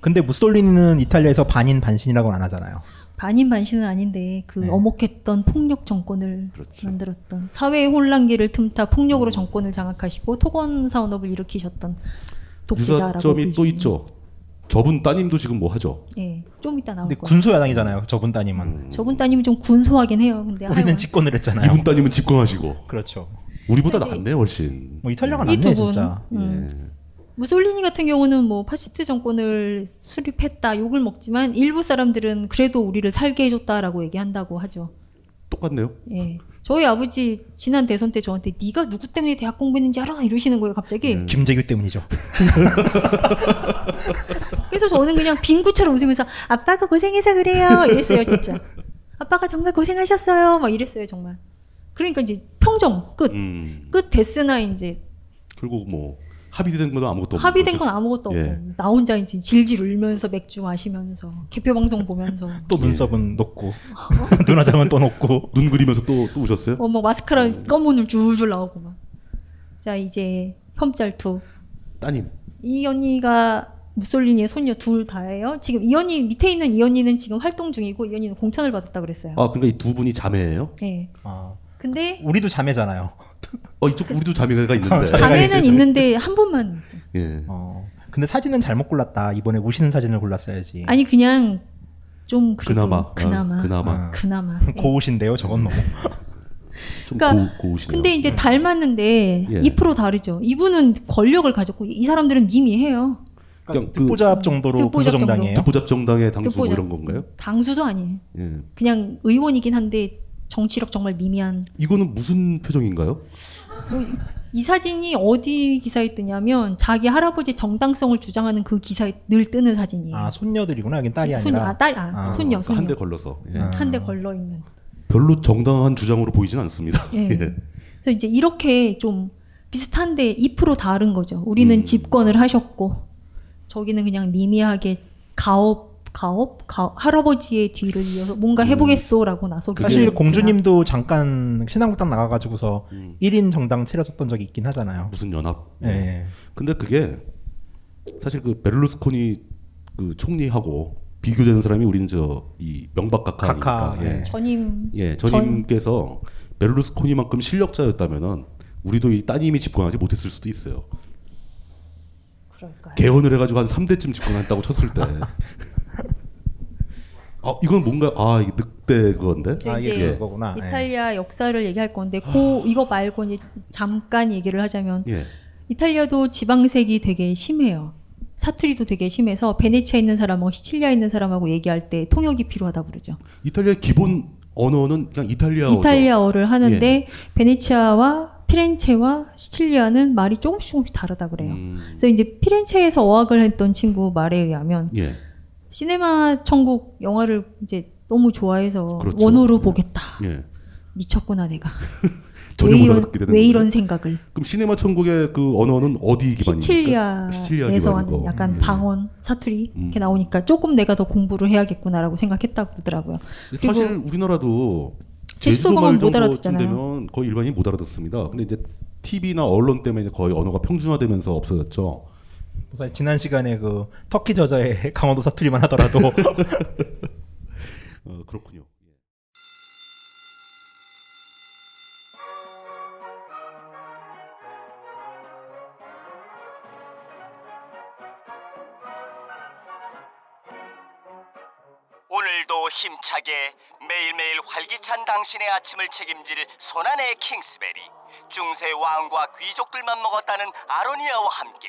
Speaker 10: 근데 무솔리니는 이탈리아에서 반인 반신이라고는 안 하잖아요.
Speaker 9: 반인 반신은 아닌데 그
Speaker 10: 네.
Speaker 9: 어목했던 폭력 정권을
Speaker 8: 그렇죠.
Speaker 9: 만들었던 사회의 혼란기를 틈타 폭력으로 정권을 장악하시고 토건 산업을 일으키셨던 독재자라고
Speaker 8: 유사점이 또
Speaker 9: 보이시죠.
Speaker 8: 있죠. 저분 따님도 지금 뭐 하죠?
Speaker 9: 예, 좀 이따 나올
Speaker 10: 근데
Speaker 9: 거예요.
Speaker 10: 군소 야당이잖아요. 저분 따님은
Speaker 9: 저분 따님이 좀 군소하긴 해요. 근데
Speaker 10: 우리는
Speaker 9: 하여간
Speaker 10: 집권을 했잖아요.
Speaker 8: 음. 이분 따님은 집권하시고
Speaker 10: 그렇죠.
Speaker 8: 우리보다
Speaker 9: 근데
Speaker 8: 낫네 훨씬.
Speaker 10: 뭐 이탈리아가
Speaker 9: 이
Speaker 10: 낫네
Speaker 9: 두 분.
Speaker 10: 진짜.
Speaker 9: 그러니까 음.
Speaker 8: 예.
Speaker 9: 무솔리니 같은 경우는 뭐 파시스트 정권을 수립했다 욕을 먹지만 일부 사람들은 그래도 우리를 살게 해줬다라고 얘기한다고 하죠.
Speaker 8: 똑같네요.
Speaker 9: 예. 저희 아버지 지난 대선 때 저한테 네가 누구 때문에 대학 공부했는지 알아 이러시는 거예요 갑자기.
Speaker 8: 음.
Speaker 10: 김재규 때문이죠.
Speaker 9: 그래서 저는 그냥 빙구처럼 웃으면서 아빠가 고생해서 그래요 이랬어요 진짜. 아빠가 정말 고생하셨어요 막 이랬어요 정말. 그러니까 이제 평정 끝.
Speaker 8: 음.
Speaker 9: 끝 됐으나 이제
Speaker 8: 결국 뭐 합의된 건 아무것도 없는
Speaker 9: 합의된
Speaker 8: 거죠.
Speaker 9: 건 아무것도
Speaker 8: 뭐 예.
Speaker 9: 없고 나 혼자 이제 질질 울면서 맥주 마시면서 개표 방송 보면서
Speaker 10: 또
Speaker 8: 예.
Speaker 10: 눈썹은 높고 눈화장은 또 높고
Speaker 8: 눈 그리면서 또 또 우셨어요?
Speaker 9: 어 뭐 마스카라
Speaker 8: 음.
Speaker 9: 검은을 줄줄 나오고 막. 자 이제 펌짤투
Speaker 8: 따님.
Speaker 9: 이 언니가 무솔리니의 손녀 둘 다예요. 지금 이 언니 밑에 있는 이 언니는 지금 활동 중이고 이 언니는 공천을 받았다 그랬어요.
Speaker 8: 아 그러니까 이 두 분이 자매예요?
Speaker 9: 네.
Speaker 10: 아,
Speaker 9: 근데
Speaker 10: 우리도 자매잖아요.
Speaker 8: 어 이쪽 우리도 자매가 있는데.
Speaker 10: 어, 자매.
Speaker 9: 그 자매는 있는데 한 분만 있죠.
Speaker 8: 예.
Speaker 10: 어, 근데 사진은 잘못 골랐다. 이번에 우시는 사진을 골랐어야지.
Speaker 9: 아니 그냥 좀 그래도
Speaker 8: 그나마.
Speaker 9: 그나마
Speaker 8: 아, 그나마.
Speaker 10: 아.
Speaker 9: 그나마. 예.
Speaker 10: 고우신데요. 저건 뭐. 너무.
Speaker 8: 좀
Speaker 9: 그러니까
Speaker 8: 고, 고우시네요.
Speaker 9: 근데 이제 닮았는데
Speaker 8: 예.
Speaker 9: 2% 다르죠. 이분은 권력을 가졌고 이 사람들은 미미해요.
Speaker 8: 그냥
Speaker 10: 그러니까
Speaker 8: 그-
Speaker 10: 듣보잡 정도로
Speaker 9: 듣보잡
Speaker 10: 군사정당이에요.
Speaker 8: 듣보잡 정당의 당수 뭐
Speaker 9: 듣보잡.
Speaker 8: 이런 건가요?
Speaker 9: 당수도 아니에요.
Speaker 8: 예.
Speaker 9: 그냥 의원이긴 한데 정치력 정말 미미한
Speaker 8: 이거는 무슨 표정인가요?
Speaker 9: 이 사진이 어디 기사에 뜨냐면 자기 할아버지 정당성을 주장하는 그 기사에 늘 뜨는 사진이에요.
Speaker 10: 아 손녀들이구나. 여긴 딸이
Speaker 9: 손,
Speaker 10: 아니라.
Speaker 9: 아, 딸, 아,
Speaker 10: 아,
Speaker 9: 손녀, 손녀.
Speaker 8: 한대 걸러서. 예.
Speaker 10: 아.
Speaker 9: 한 대 걸러 있는.
Speaker 8: 별로 정당한 주장으로 보이진 않습니다.
Speaker 9: 예.
Speaker 8: 예.
Speaker 9: 그래서 이제 이렇게 좀 비슷한데 2% 다른 거죠. 우리는
Speaker 8: 음.
Speaker 9: 집권을 하셨고 저기는 그냥 미미하게 가업, 가업, 가 할아버지의 뒤를 이어서 뭔가 해보겠소라고 나서기.
Speaker 10: 음. 사실
Speaker 9: 때문에
Speaker 10: 공주님도 잠깐 신한국당 나가가지고서
Speaker 8: 음. 네.
Speaker 10: 1인 정당 차려줬던 적이 있긴 하잖아요.
Speaker 8: 무슨 연합.
Speaker 10: 예.
Speaker 8: 근데 그게 사실 그 베를루스코니 그 총리하고 비교되는 사람이 우리는 저 이 명박카카니까.
Speaker 10: 카카,
Speaker 8: 예.
Speaker 10: 예.
Speaker 9: 전임
Speaker 8: 예.
Speaker 9: 전-
Speaker 8: 전임께서 베를루스코니만큼 실력자였다면은 우리도 이 따님이 집권하지 못했을 수도 있어요.
Speaker 9: 그럴까요?
Speaker 8: 개헌을 해가지고 한 3대쯤 집권했다고 쳤을 때. 아 이건 뭔가 아 이게 늑대 그건데.
Speaker 9: 이제
Speaker 10: 아, 이게
Speaker 9: 이제
Speaker 10: 그거구나. 예. 아.
Speaker 9: 이탈리아 역사를 얘기할 건데 고 이거 말고 이제 잠깐 얘기를 하자면
Speaker 8: 예.
Speaker 9: 이탈리아도 지방색이 되게 심해요. 사투리도 되게 심해서 베네치아에 있는 사람하고 시칠리아에 있는 사람하고 얘기할 때 통역이 필요하다 그러죠.
Speaker 8: 이탈리아 기본 언어는 그냥 이탈리아어죠. 예,
Speaker 9: 이탈리아어를 하는데 베네치아와 피렌체와 시칠리아는 말이 조금씩 조금씩 다르다 그래요.
Speaker 8: 음,
Speaker 9: 그래서 이제 피렌체에서 어학을 했던 친구 말에 의하면
Speaker 8: 예.
Speaker 9: 시네마 천국 영화를 이제 너무 좋아해서
Speaker 8: 그렇죠.
Speaker 9: 원어로
Speaker 8: 예.
Speaker 9: 보겠다.
Speaker 8: 예.
Speaker 9: 미쳤구나 내가.
Speaker 8: 전혀
Speaker 9: 왜
Speaker 8: 못
Speaker 9: 이런
Speaker 8: 알아듣게 되는
Speaker 9: 왜
Speaker 8: 거죠.
Speaker 9: 이런 생각을
Speaker 8: 그럼 시네마 천국의 그 언어는 어디 기반입니까? 시칠리아
Speaker 9: 시칠리아에서 하는
Speaker 8: 기반이고.
Speaker 9: 약간
Speaker 8: 음.
Speaker 9: 방언 사투리
Speaker 8: 음.
Speaker 9: 이렇게 나오니까 조금 내가 더 공부를 해야겠구나라고 생각했다고 그러더라고요.
Speaker 8: 사실 우리나라도
Speaker 9: 제주도
Speaker 8: 제주도
Speaker 9: 방언
Speaker 8: 말
Speaker 9: 못
Speaker 8: 정도쯤
Speaker 9: 알아듣잖아요.
Speaker 8: 되면 거의 일반인 못 알아듣습니다. 근데 이제 TV나 언론 때문에 이제 거의 언어가 평준화되면서 없어졌죠.
Speaker 10: 사실 지난 시간에 그 터키 저자의 강원도 사투리만 하더라도
Speaker 8: 어, 그렇군요.
Speaker 11: 오늘도 힘차게 매일매일 활기찬 당신의 아침을 책임질 손안의 킹스베리 중세 왕과 귀족들만 먹었다는 아로니아와 함께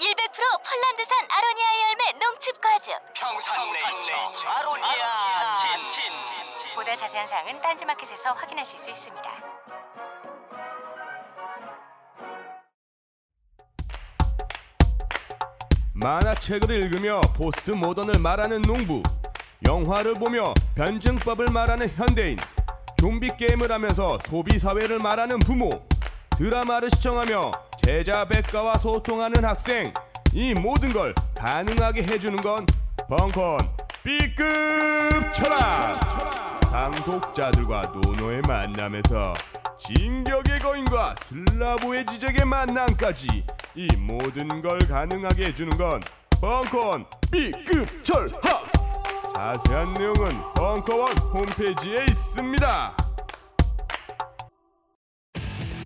Speaker 5: 100% 폴란드산 아로니아 열매 농축 과즙.
Speaker 11: 평산 네이처 아로니아 친
Speaker 5: 보다 자세한 사항은 딴지마켓에서 확인하실 수 있습니다.
Speaker 11: 만화책을 읽으며 포스트 모던을 말하는 농부
Speaker 12: 영화를 보며 변증법을 말하는 현대인, 좀비 게임을 하면서 소비 사회를 말하는 부모, 드라마를 시청하며 제자 백과와 소통하는 학생, 이 모든 걸 가능하게 해주는 건 벙컨 B급 철학! 상속자들과 노노의 만남에서 진격의 거인과 슬라브의 지적의 만남까지 이 모든 걸 가능하게 해주는 건 벙컨 B급 철학! 자세한 내용은 벙커원 홈페이지에 있습니다.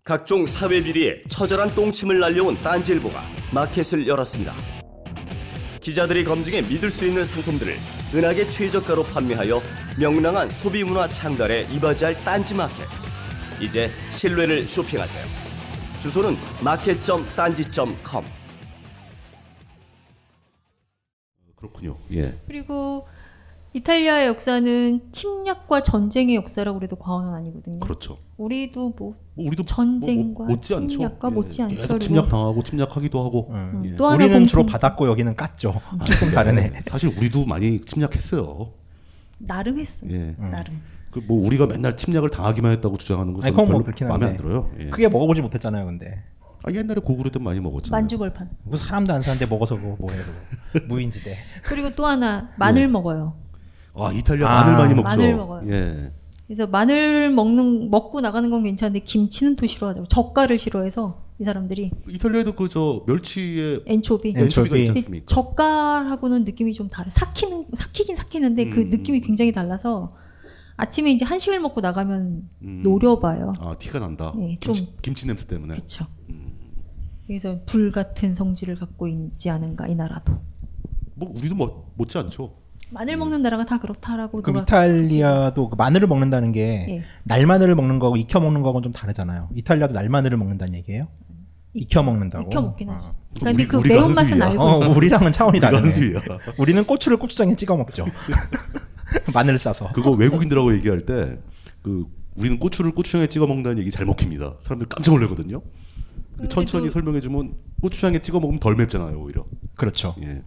Speaker 13: 각종 사회 비리에 처절한 똥침을 날려온 딴지일보가 마켓을 열었습니다. 기자들이 검증해 믿을 수 있는 상품들을 은하계 최저가로 판매하여 명랑한 소비 문화 창달에 이바지할 딴지 마켓. 이제 신뢰를 쇼핑하세요. 주소는 마켓.딴지.com.
Speaker 8: 그렇군요. 예.
Speaker 9: 음. 그리고 이탈리아의 역사는 침략과 전쟁의 역사라고 그래도 과언은 아니거든요.
Speaker 8: 그렇죠.
Speaker 9: 우리도 뭐
Speaker 8: 우리도
Speaker 9: 전쟁과
Speaker 8: 못지않죠. 예.
Speaker 9: 침략과 못지 않죠. 음.
Speaker 8: 계속 침략당하고 침략하기도
Speaker 10: 음.
Speaker 8: 하고. 예.
Speaker 9: 또 하나 우리는 공통- 주로
Speaker 8: 받았고 여기는 깠죠. 조금 다르네. 사실 우리도 많이 침략했어요.
Speaker 9: 나름 했어.
Speaker 8: 예.
Speaker 9: 나름.
Speaker 8: 그 뭐 우리가 맨날 침략을 당하기만 했다고 주장하는 거
Speaker 10: 음. 아니,
Speaker 8: 저는
Speaker 10: 그건 뭐
Speaker 8: 별로
Speaker 10: 그렇긴
Speaker 8: 마음에
Speaker 10: 한데.
Speaker 8: 안 들어요. 예.
Speaker 10: 크게 먹어보지 못했잖아요, 근데.
Speaker 8: 아, 옛날에 고구려 때 많이 먹었죠.
Speaker 9: 만주벌판.
Speaker 10: 뭐 사람도 안 사는데 먹어서 뭐 뭐해 그거. 무인지대.
Speaker 9: 그리고 또 하나
Speaker 8: 네.
Speaker 9: 마늘 먹어요.
Speaker 8: 아 이탈리아
Speaker 10: 아.
Speaker 8: 마늘 많이 먹죠.
Speaker 9: 마늘 먹어요.
Speaker 8: 예.
Speaker 9: 그래서 마늘 먹는 먹고 나가는 건 괜찮은데 김치는 또 싫어하더라고. 젓갈을 싫어해서 이 사람들이
Speaker 8: 이탈리아에도 그 저 멸치에
Speaker 9: 엔초비.
Speaker 8: 엔초비가 있지 않습니까?
Speaker 9: 젓갈하고는 느낌이 좀 다르. 삭히는 삭히긴 삭히는데 그
Speaker 8: 음.
Speaker 9: 느낌이 굉장히 달라서 아침에 이제 한식을 먹고 나가면
Speaker 8: 음.
Speaker 9: 노려봐요.
Speaker 8: 아 티가 난다.
Speaker 9: 예, 좀.
Speaker 8: 김치, 김치 냄새
Speaker 10: 네.
Speaker 8: 때문에.
Speaker 9: 그렇죠.
Speaker 10: 음.
Speaker 9: 그래서 불 같은 성질을 갖고 있지 않은가 이 나라도.
Speaker 8: 뭐 우리도 뭐 못지않죠.
Speaker 9: 마늘 먹는 나라가 다 그렇다라고
Speaker 10: 음. 그럼
Speaker 9: 누가
Speaker 10: 이탈리아도 그 마늘을 먹는다는 게
Speaker 9: 예.
Speaker 10: 날마늘을 먹는 거고 익혀 먹는 거고는 좀 다르잖아요. 이탈리아도 날마늘을 먹는다는 얘기예요? 익혀 먹는다고. 아.
Speaker 9: 익혀 먹긴 하지.
Speaker 10: 우리-
Speaker 9: 그러니까 그
Speaker 10: 우리가
Speaker 9: 매운 맛은
Speaker 10: 한술이야.
Speaker 9: 알고
Speaker 10: 어,
Speaker 9: 있어.
Speaker 10: 우리랑은 차원이
Speaker 8: 우리가
Speaker 10: 다르네.
Speaker 8: 한술이야.
Speaker 10: 우리는 고추를 고추장에 찍어 먹죠. 마늘 싸서.
Speaker 8: 그거 외국인들하고 얘기할 때 그 우리는 고추를 고추장에 찍어 먹는다는 얘기 잘 먹힙니다. 사람들 깜짝 놀라거든요. 근데 천천히 설명해주면 고추장에 찍어 먹으면 덜 맵잖아요 오히려.
Speaker 10: 그렇죠.
Speaker 8: 예.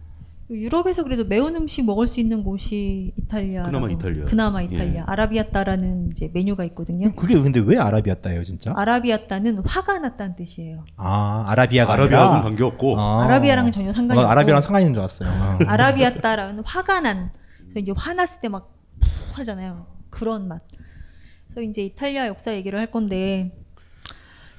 Speaker 9: 유럽에서 그래도 매운 음식 먹을 수 있는 곳이 이탈리아.
Speaker 10: 그나마 이탈리아.
Speaker 9: 그나마 이탈리아.
Speaker 10: 예. 음.
Speaker 9: 아라비아따라는 이제 메뉴가 있거든요.
Speaker 10: 그게 근데 왜 아라비아따예요, 진짜?
Speaker 9: 아라비아따는 화가 났다는 뜻이에요.
Speaker 10: 아, 아라비아가
Speaker 8: 아라비아하고는
Speaker 10: 아니라?
Speaker 8: 관계 없고.
Speaker 10: 아.
Speaker 9: 아라비아랑은 전혀 상관이
Speaker 10: 어,
Speaker 9: 없고.
Speaker 10: 아라비아랑 상관이 있는 줄 알았어요. 아.
Speaker 9: 아라비아따라는 화가 난. 그래서 이제 화났을 때 막 하잖아요. 그런 맛. 그래서 이제 이탈리아 역사 얘기를 할 건데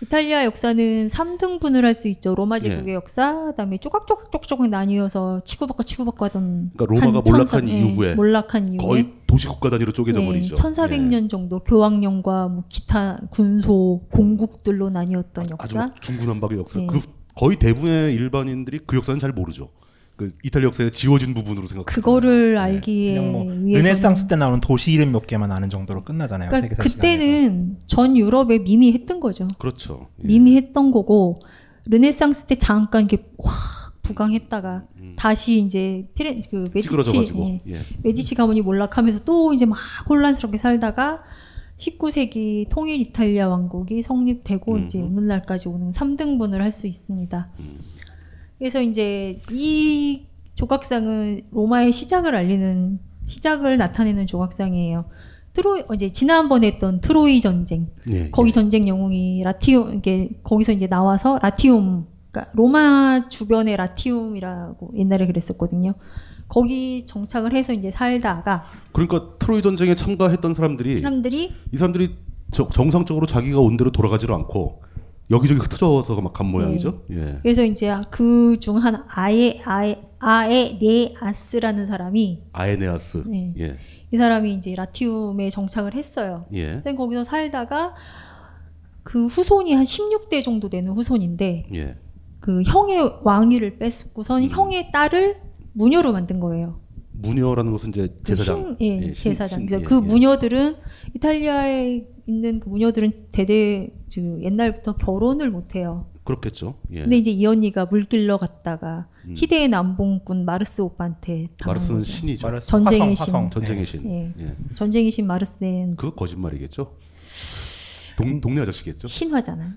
Speaker 9: 이탈리아 역사는 3등분을 할 수 있죠. 로마 제국의
Speaker 8: 예.
Speaker 9: 역사, 그다음에 쪼각쪼각쪼각 나뉘어서 치고받고 치고받고 하던
Speaker 8: 그러니까 로마가
Speaker 9: 한 천사-
Speaker 8: 몰락한
Speaker 9: 예,
Speaker 8: 이후에
Speaker 9: 몰락한 이후에
Speaker 8: 거의 도시국가 단위로 쪼개져
Speaker 9: 네.
Speaker 8: 버리죠. 예.
Speaker 9: 1400년 정도 교황령과 뭐 기타 군소 공국들로 나뉘었던
Speaker 8: 아주
Speaker 9: 역사.
Speaker 8: 중구난방의 역사.
Speaker 9: 예.
Speaker 8: 그 거의 대부분의 일반인들이 그 역사는 잘 모르죠. 그 이탈리아 역사에 지워진 부분으로 생각.
Speaker 9: 그거를 알기에
Speaker 10: 그냥 뭐
Speaker 9: 예, 위해서
Speaker 10: 르네상스 때 나오는 도시 이름 몇 개만 아는 정도로 끝나잖아요.
Speaker 9: 그러니까
Speaker 10: 세계사
Speaker 9: 그때는 전 유럽에 미미했던 거죠.
Speaker 8: 그렇죠.
Speaker 9: 미미했던 거고 르네상스 때 잠깐 이게 확 부강했다가 다시 이제 피렌 그 메디치
Speaker 8: 음. 찌그러져가지고.
Speaker 9: 예.
Speaker 8: 예.
Speaker 9: 메디치 가문이 몰락하면서 또 이제 막 혼란스럽게 살다가 19세기 통일 이탈리아 왕국이 성립되고 이제 오늘날까지 오는 3등분을 할 수 있습니다. 그래서 이제 이 조각상은 로마의 시작을 알리는 시작을 나타내는 조각상이에요. 트로이 어, 이제 지난번에 했던 트로이 전쟁
Speaker 8: 예,
Speaker 9: 거기 전쟁 영웅이 라티움 이게 거기서 이제 나와서 라티움 그러니까 로마 주변의 라티움이라고 옛날에 그랬었거든요. 거기 정착을 해서 이제 살다가
Speaker 8: 그러니까 트로이 전쟁에 참가했던 사람들이
Speaker 9: 사람들이
Speaker 8: 이 사람들이 저- 정상적으로 자기가 온 대로 돌아가지를 않고 여기저기 흩어져서 막 간 모양이죠. 예.
Speaker 9: 그래서 이제 그 중 한 아에 아에 아에 네아스라는 사람이
Speaker 8: 아에네아스.
Speaker 9: 네.
Speaker 8: 예.
Speaker 9: 이 사람이 이제 라티움에 정착을 했어요.
Speaker 8: 예.
Speaker 9: 선생님 거기서 살다가 그 후손이 한 16대 정도 되는 후손인데
Speaker 8: 예.
Speaker 9: 그 형의 왕위를 뺏고선 형의 딸을 무녀로 만든 거예요.
Speaker 8: 무녀라는 것은 이제
Speaker 9: 신,
Speaker 8: 제사장.
Speaker 9: 예,
Speaker 8: 신-
Speaker 9: 제사장.
Speaker 8: 신-
Speaker 9: 그래서
Speaker 8: 예,
Speaker 9: 그
Speaker 8: 예.
Speaker 9: 무녀들은 이탈리아에 있는 그 무녀들은 대대 즉 옛날부터 결혼을 못 해요.
Speaker 8: 그렇겠죠. 예.
Speaker 9: 근데 이제 이 언니가 물길러 갔다가
Speaker 8: 음.
Speaker 9: 희대의 남봉꾼 마르스 오빠한테 당한
Speaker 8: 마르스는
Speaker 9: 거죠.
Speaker 8: 신이죠.
Speaker 9: 전쟁의 신.
Speaker 8: 전쟁의 신.
Speaker 9: 예.
Speaker 8: 예.
Speaker 9: 전쟁의 신 마르스는
Speaker 8: 그거 거짓말이겠죠. 동, 동네 아저씨겠죠.
Speaker 9: 신화잖아요.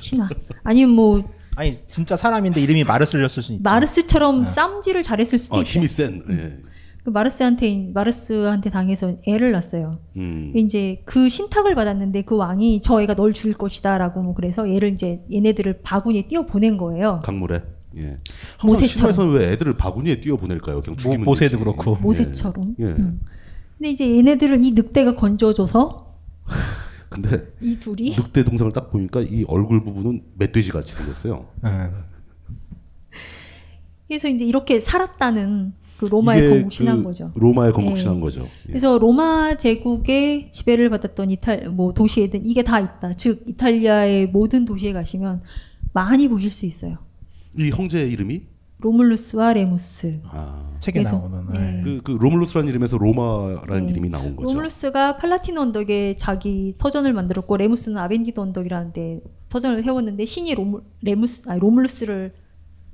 Speaker 9: 신화. 아니면 뭐
Speaker 10: 아니 진짜 사람인데 이름이 마르스를 였을 수 있죠.
Speaker 8: 아.
Speaker 9: 마르스처럼
Speaker 10: 네.
Speaker 9: 쌈질을 잘했을 수도 있죠.
Speaker 8: 센. 예.
Speaker 9: 그러니까 그 마르스한테 마르스한테 당해서 애를 낳았어요.
Speaker 14: 음.
Speaker 9: 이제 그 신탁을 받았는데 그 왕이 저 애가 널 죽일 것이다라고 뭐 그래서 얘를 이제 얘네들을 바구니에 띄워 보낸 거예요.
Speaker 8: 강물에. 예. 항상
Speaker 9: 모세처럼.
Speaker 8: 신화에서는 왜 애들을 바구니에 뛰어 보낼까요? 그냥 죽이면
Speaker 10: 모세도
Speaker 8: 되지.
Speaker 10: 그렇고.
Speaker 8: 예.
Speaker 9: 모세처럼.
Speaker 8: 예.
Speaker 9: 음. 근데 이제 얘네들을 이 늑대가 건져줘서
Speaker 8: 근데
Speaker 9: 이 둘이
Speaker 8: 늑대 동상을 딱 보니까 이 얼굴 부분은 멧돼지 같이 생겼어요.
Speaker 9: 그래서 이제 이렇게 살았다는 그 로마의
Speaker 8: 이게
Speaker 9: 건국 신화인
Speaker 8: 그
Speaker 9: 거죠.
Speaker 8: 로마의 건국
Speaker 9: 예.
Speaker 8: 신화인 거죠. 예.
Speaker 9: 그래서 로마 제국의 지배를 받았던 이탈 뭐 도시에든 이게 다 있다. 즉 이탈리아의 모든 도시에 가시면 많이 보실 수 있어요.
Speaker 8: 이 형제 이름이
Speaker 9: 로물루스와 레무스.
Speaker 8: 아.
Speaker 9: 책에 그래서, 나오는,
Speaker 10: 네.
Speaker 9: 예.
Speaker 8: 그, 그 로물루스라는 이름에서 로마라는
Speaker 9: 네.
Speaker 8: 이름이 나온 거죠.
Speaker 9: 로물루스가 팔라틴 언덕에 자기 서전을 만들었고 레무스는 아벤디도 언덕이라는 데 서전을 세웠는데 신이 로물, 레무스 아니 로물루스를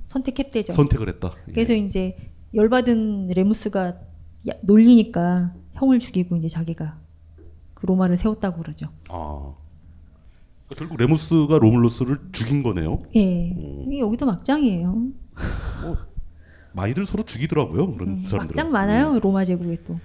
Speaker 9: 선택했대죠.
Speaker 8: 선택을 했다. 예.
Speaker 9: 그래서 이제 열받은 레무스가 야- 놀리니까 형을 죽이고 이제 자기가 그 로마를 세웠다고 그러죠.
Speaker 8: 아. 그러니까 결국 레무스가 로물루스를 죽인 거네요.
Speaker 9: 예. 이게 여기도 막장이에요.
Speaker 8: 많이들 서로 죽이더라고요. 그런 음. 사람들.
Speaker 9: 음, 예, 막장 많아요 로마 제국에 또.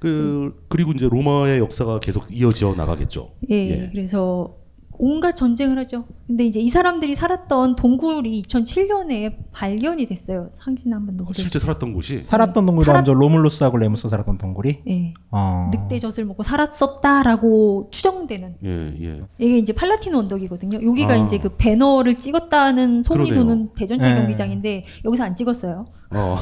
Speaker 8: 그 그리고 이제 로마의 역사가 계속 이어져 나가겠죠.
Speaker 9: 예, 그래서 온갖 전쟁을 하죠. 근데 이제 이 사람들이 살았던 동굴이 2007년에 발견이 됐어요. 네. 상신 한번도
Speaker 8: 실제 살았던 곳이
Speaker 10: 살았던 동굴이 먼저 로물루스하고 레무스 살았던 동굴이.
Speaker 9: 예.
Speaker 10: 어.
Speaker 9: 늑대 젖을 먹고 살았었다라고 추정되는
Speaker 8: 예, 예.
Speaker 9: 이게 이제 팔라틴 언덕이거든요. 여기가
Speaker 8: 아.
Speaker 9: 이제 그 배너를 찍었다는 소문이
Speaker 8: 그러네요.
Speaker 9: 도는 대전
Speaker 8: 예.
Speaker 9: 체경기장인데 여기서 안 찍었어요.
Speaker 8: 어.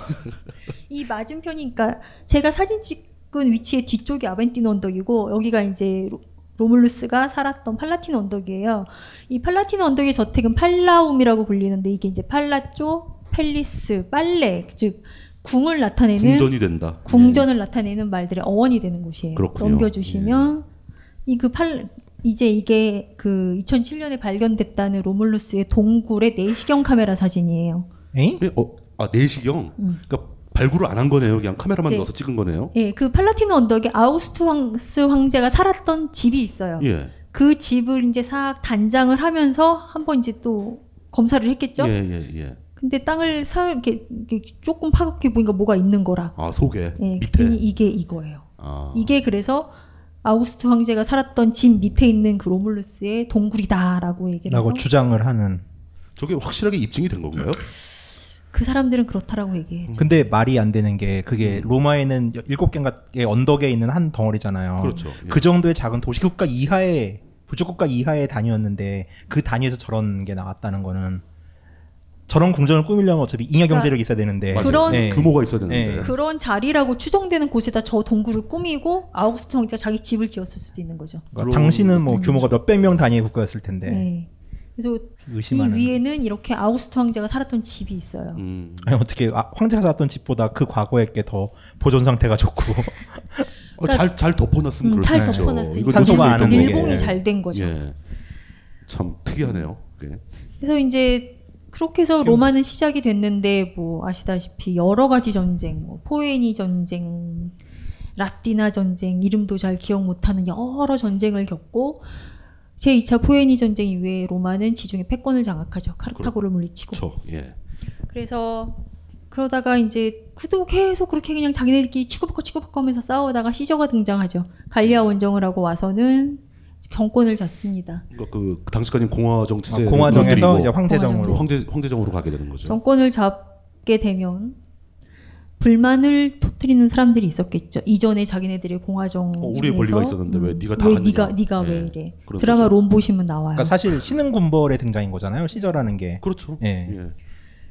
Speaker 9: 이 맞은편이 그러니까 제가 사진 찍은 위치의 뒤쪽이 아벤틴 언덕이고 여기가 이제 로- 로물루스가 살았던 팔라틴 언덕이에요. 이 팔라틴 언덕의 저택은 팔라움이라고 불리는데 이게 이제 팔라쪼, 펠리스, 빨레 즉 궁을 나타내는
Speaker 8: 궁전이 된다.
Speaker 9: 궁전을 나타내는 말들의 어원이 되는 곳이에요.
Speaker 8: 그렇군요.
Speaker 9: 넘겨주시면 이 그 팔 이제 이게 그 2007년에 발견됐다는 로물루스의 동굴의 내시경 카메라 사진이에요.
Speaker 8: 예, 어, 아 내시경.
Speaker 9: 음.
Speaker 8: 그러니까 발굴을 안 한 거네요. 그냥 카메라만
Speaker 9: 이제-
Speaker 8: 넣어서 찍은 거네요.
Speaker 9: 예, 그 팔라틴 언덕에 아우스트 황스 황제가 살았던 집이 있어요.
Speaker 8: 예.
Speaker 9: 그 집을 이제 싹 단장을 하면서 한번 이제 또 검사를 했겠죠.
Speaker 8: 예, 예, 예.
Speaker 9: 근데 땅을 살 이렇게, 이렇게 조금 파급해 보니까 뭐가 있는 거라.
Speaker 8: 아, 속에
Speaker 9: 예,
Speaker 8: 밑에.
Speaker 9: 그랬더니 이게 이거예요.
Speaker 8: 아.
Speaker 9: 이게 그래서 아우구스트 황제가 살았던 집 밑에 있는 그 로물루스의 동굴이다라고 얘기를 해서
Speaker 10: 라고 주장을 하는.
Speaker 8: 저게 확실하게 입증이 된 건가요?
Speaker 9: 그 사람들은 그렇다라고 얘기해요.
Speaker 10: 근데 말이 안 되는 게 그게 로마에는 일곱 개의 언덕에 있는 한 덩어리잖아요.
Speaker 8: 그렇죠. 예.
Speaker 10: 그 정도의 작은 도시국가 이하의 부족국가 이하의 단위였는데 그 단위에서 저런 게 나왔다는 거는 저런 궁전을 꾸미려면 어차피 잉여 경제력이
Speaker 9: 그러니까
Speaker 10: 있어야 되는데
Speaker 9: 맞아요. 그런-
Speaker 8: 규모가 있어야 되는데.
Speaker 10: 네.
Speaker 9: 그런 자리라고 추정되는 곳에다 저 동굴을 꾸미고 아우구스트 황제가 자기 집을 지었을 수도 있는 거죠.
Speaker 10: 그러니까 당신은 뭐 규모가 몇백 명 단위의 국가였을 텐데
Speaker 9: 네. 그래서
Speaker 10: 의심하는.
Speaker 9: 이 위에는 이렇게 아우구스트 황제가 살았던 집이 있어요.
Speaker 8: 음.
Speaker 10: 아니 어떻게 아, 황제가 살았던 집보다 그 과거에 게 더 보존 상태가 좋고
Speaker 8: 어, 잘, 잘 덮어놨으면
Speaker 9: 그러니까 음,
Speaker 8: 그럴
Speaker 9: 잘
Speaker 8: 수 있죠.
Speaker 9: 덮어놨으니까.
Speaker 8: 이거
Speaker 10: 산소가
Speaker 8: 노출돼
Speaker 10: 안 오는
Speaker 8: 있던
Speaker 10: 그렇죠. 일봉이
Speaker 8: 거고.
Speaker 9: 잘된 거죠.
Speaker 8: 예. 참 특이하네요. 예.
Speaker 9: 그래서 이제
Speaker 10: 음.
Speaker 9: 그렇게 해서 로마는 시작이 됐는데 뭐 아시다시피 여러 가지 전쟁, 뭐 포에니 전쟁, 라티나 전쟁 이름도 잘 기억 못하는 여러 전쟁을 겪고 제 2차 포에니 전쟁 이후에 로마는 지중해 패권을 장악하죠. 카르타고를 물리치고.
Speaker 8: 그렇죠. 예.
Speaker 9: 그래서 그러다가 이제 그도 계속 그렇게 그냥 자기네들끼리 치고받고 치고받고 하면서 싸우다가 시저가 등장하죠.
Speaker 10: 음.
Speaker 9: 갈리아 원정을 하고 와서는 정권을 잡습니다.
Speaker 8: 그러니까 그 당시까지는 공화정 체제
Speaker 10: 아, 공화정에서 이제 황제정으로.
Speaker 8: 황제 황제정으로 가게 되는 거죠.
Speaker 9: 정권을 잡게 되면 불만을 터뜨리는 사람들이 있었겠죠. 이전에 자기네들이 공화정 음,
Speaker 8: 어, 우리의 권리가 있었는데 왜 네가 다
Speaker 9: 왜
Speaker 8: 갔느냐.
Speaker 9: 네가 네가 왜
Speaker 8: 예,
Speaker 9: 이래?
Speaker 8: 그런
Speaker 9: 드라마
Speaker 8: 거죠.
Speaker 9: 롬 보시면 나와요.
Speaker 10: 그러니까 사실 신흥 군벌의 등장인 거잖아요 시저라는 게
Speaker 8: 그렇죠
Speaker 10: 예.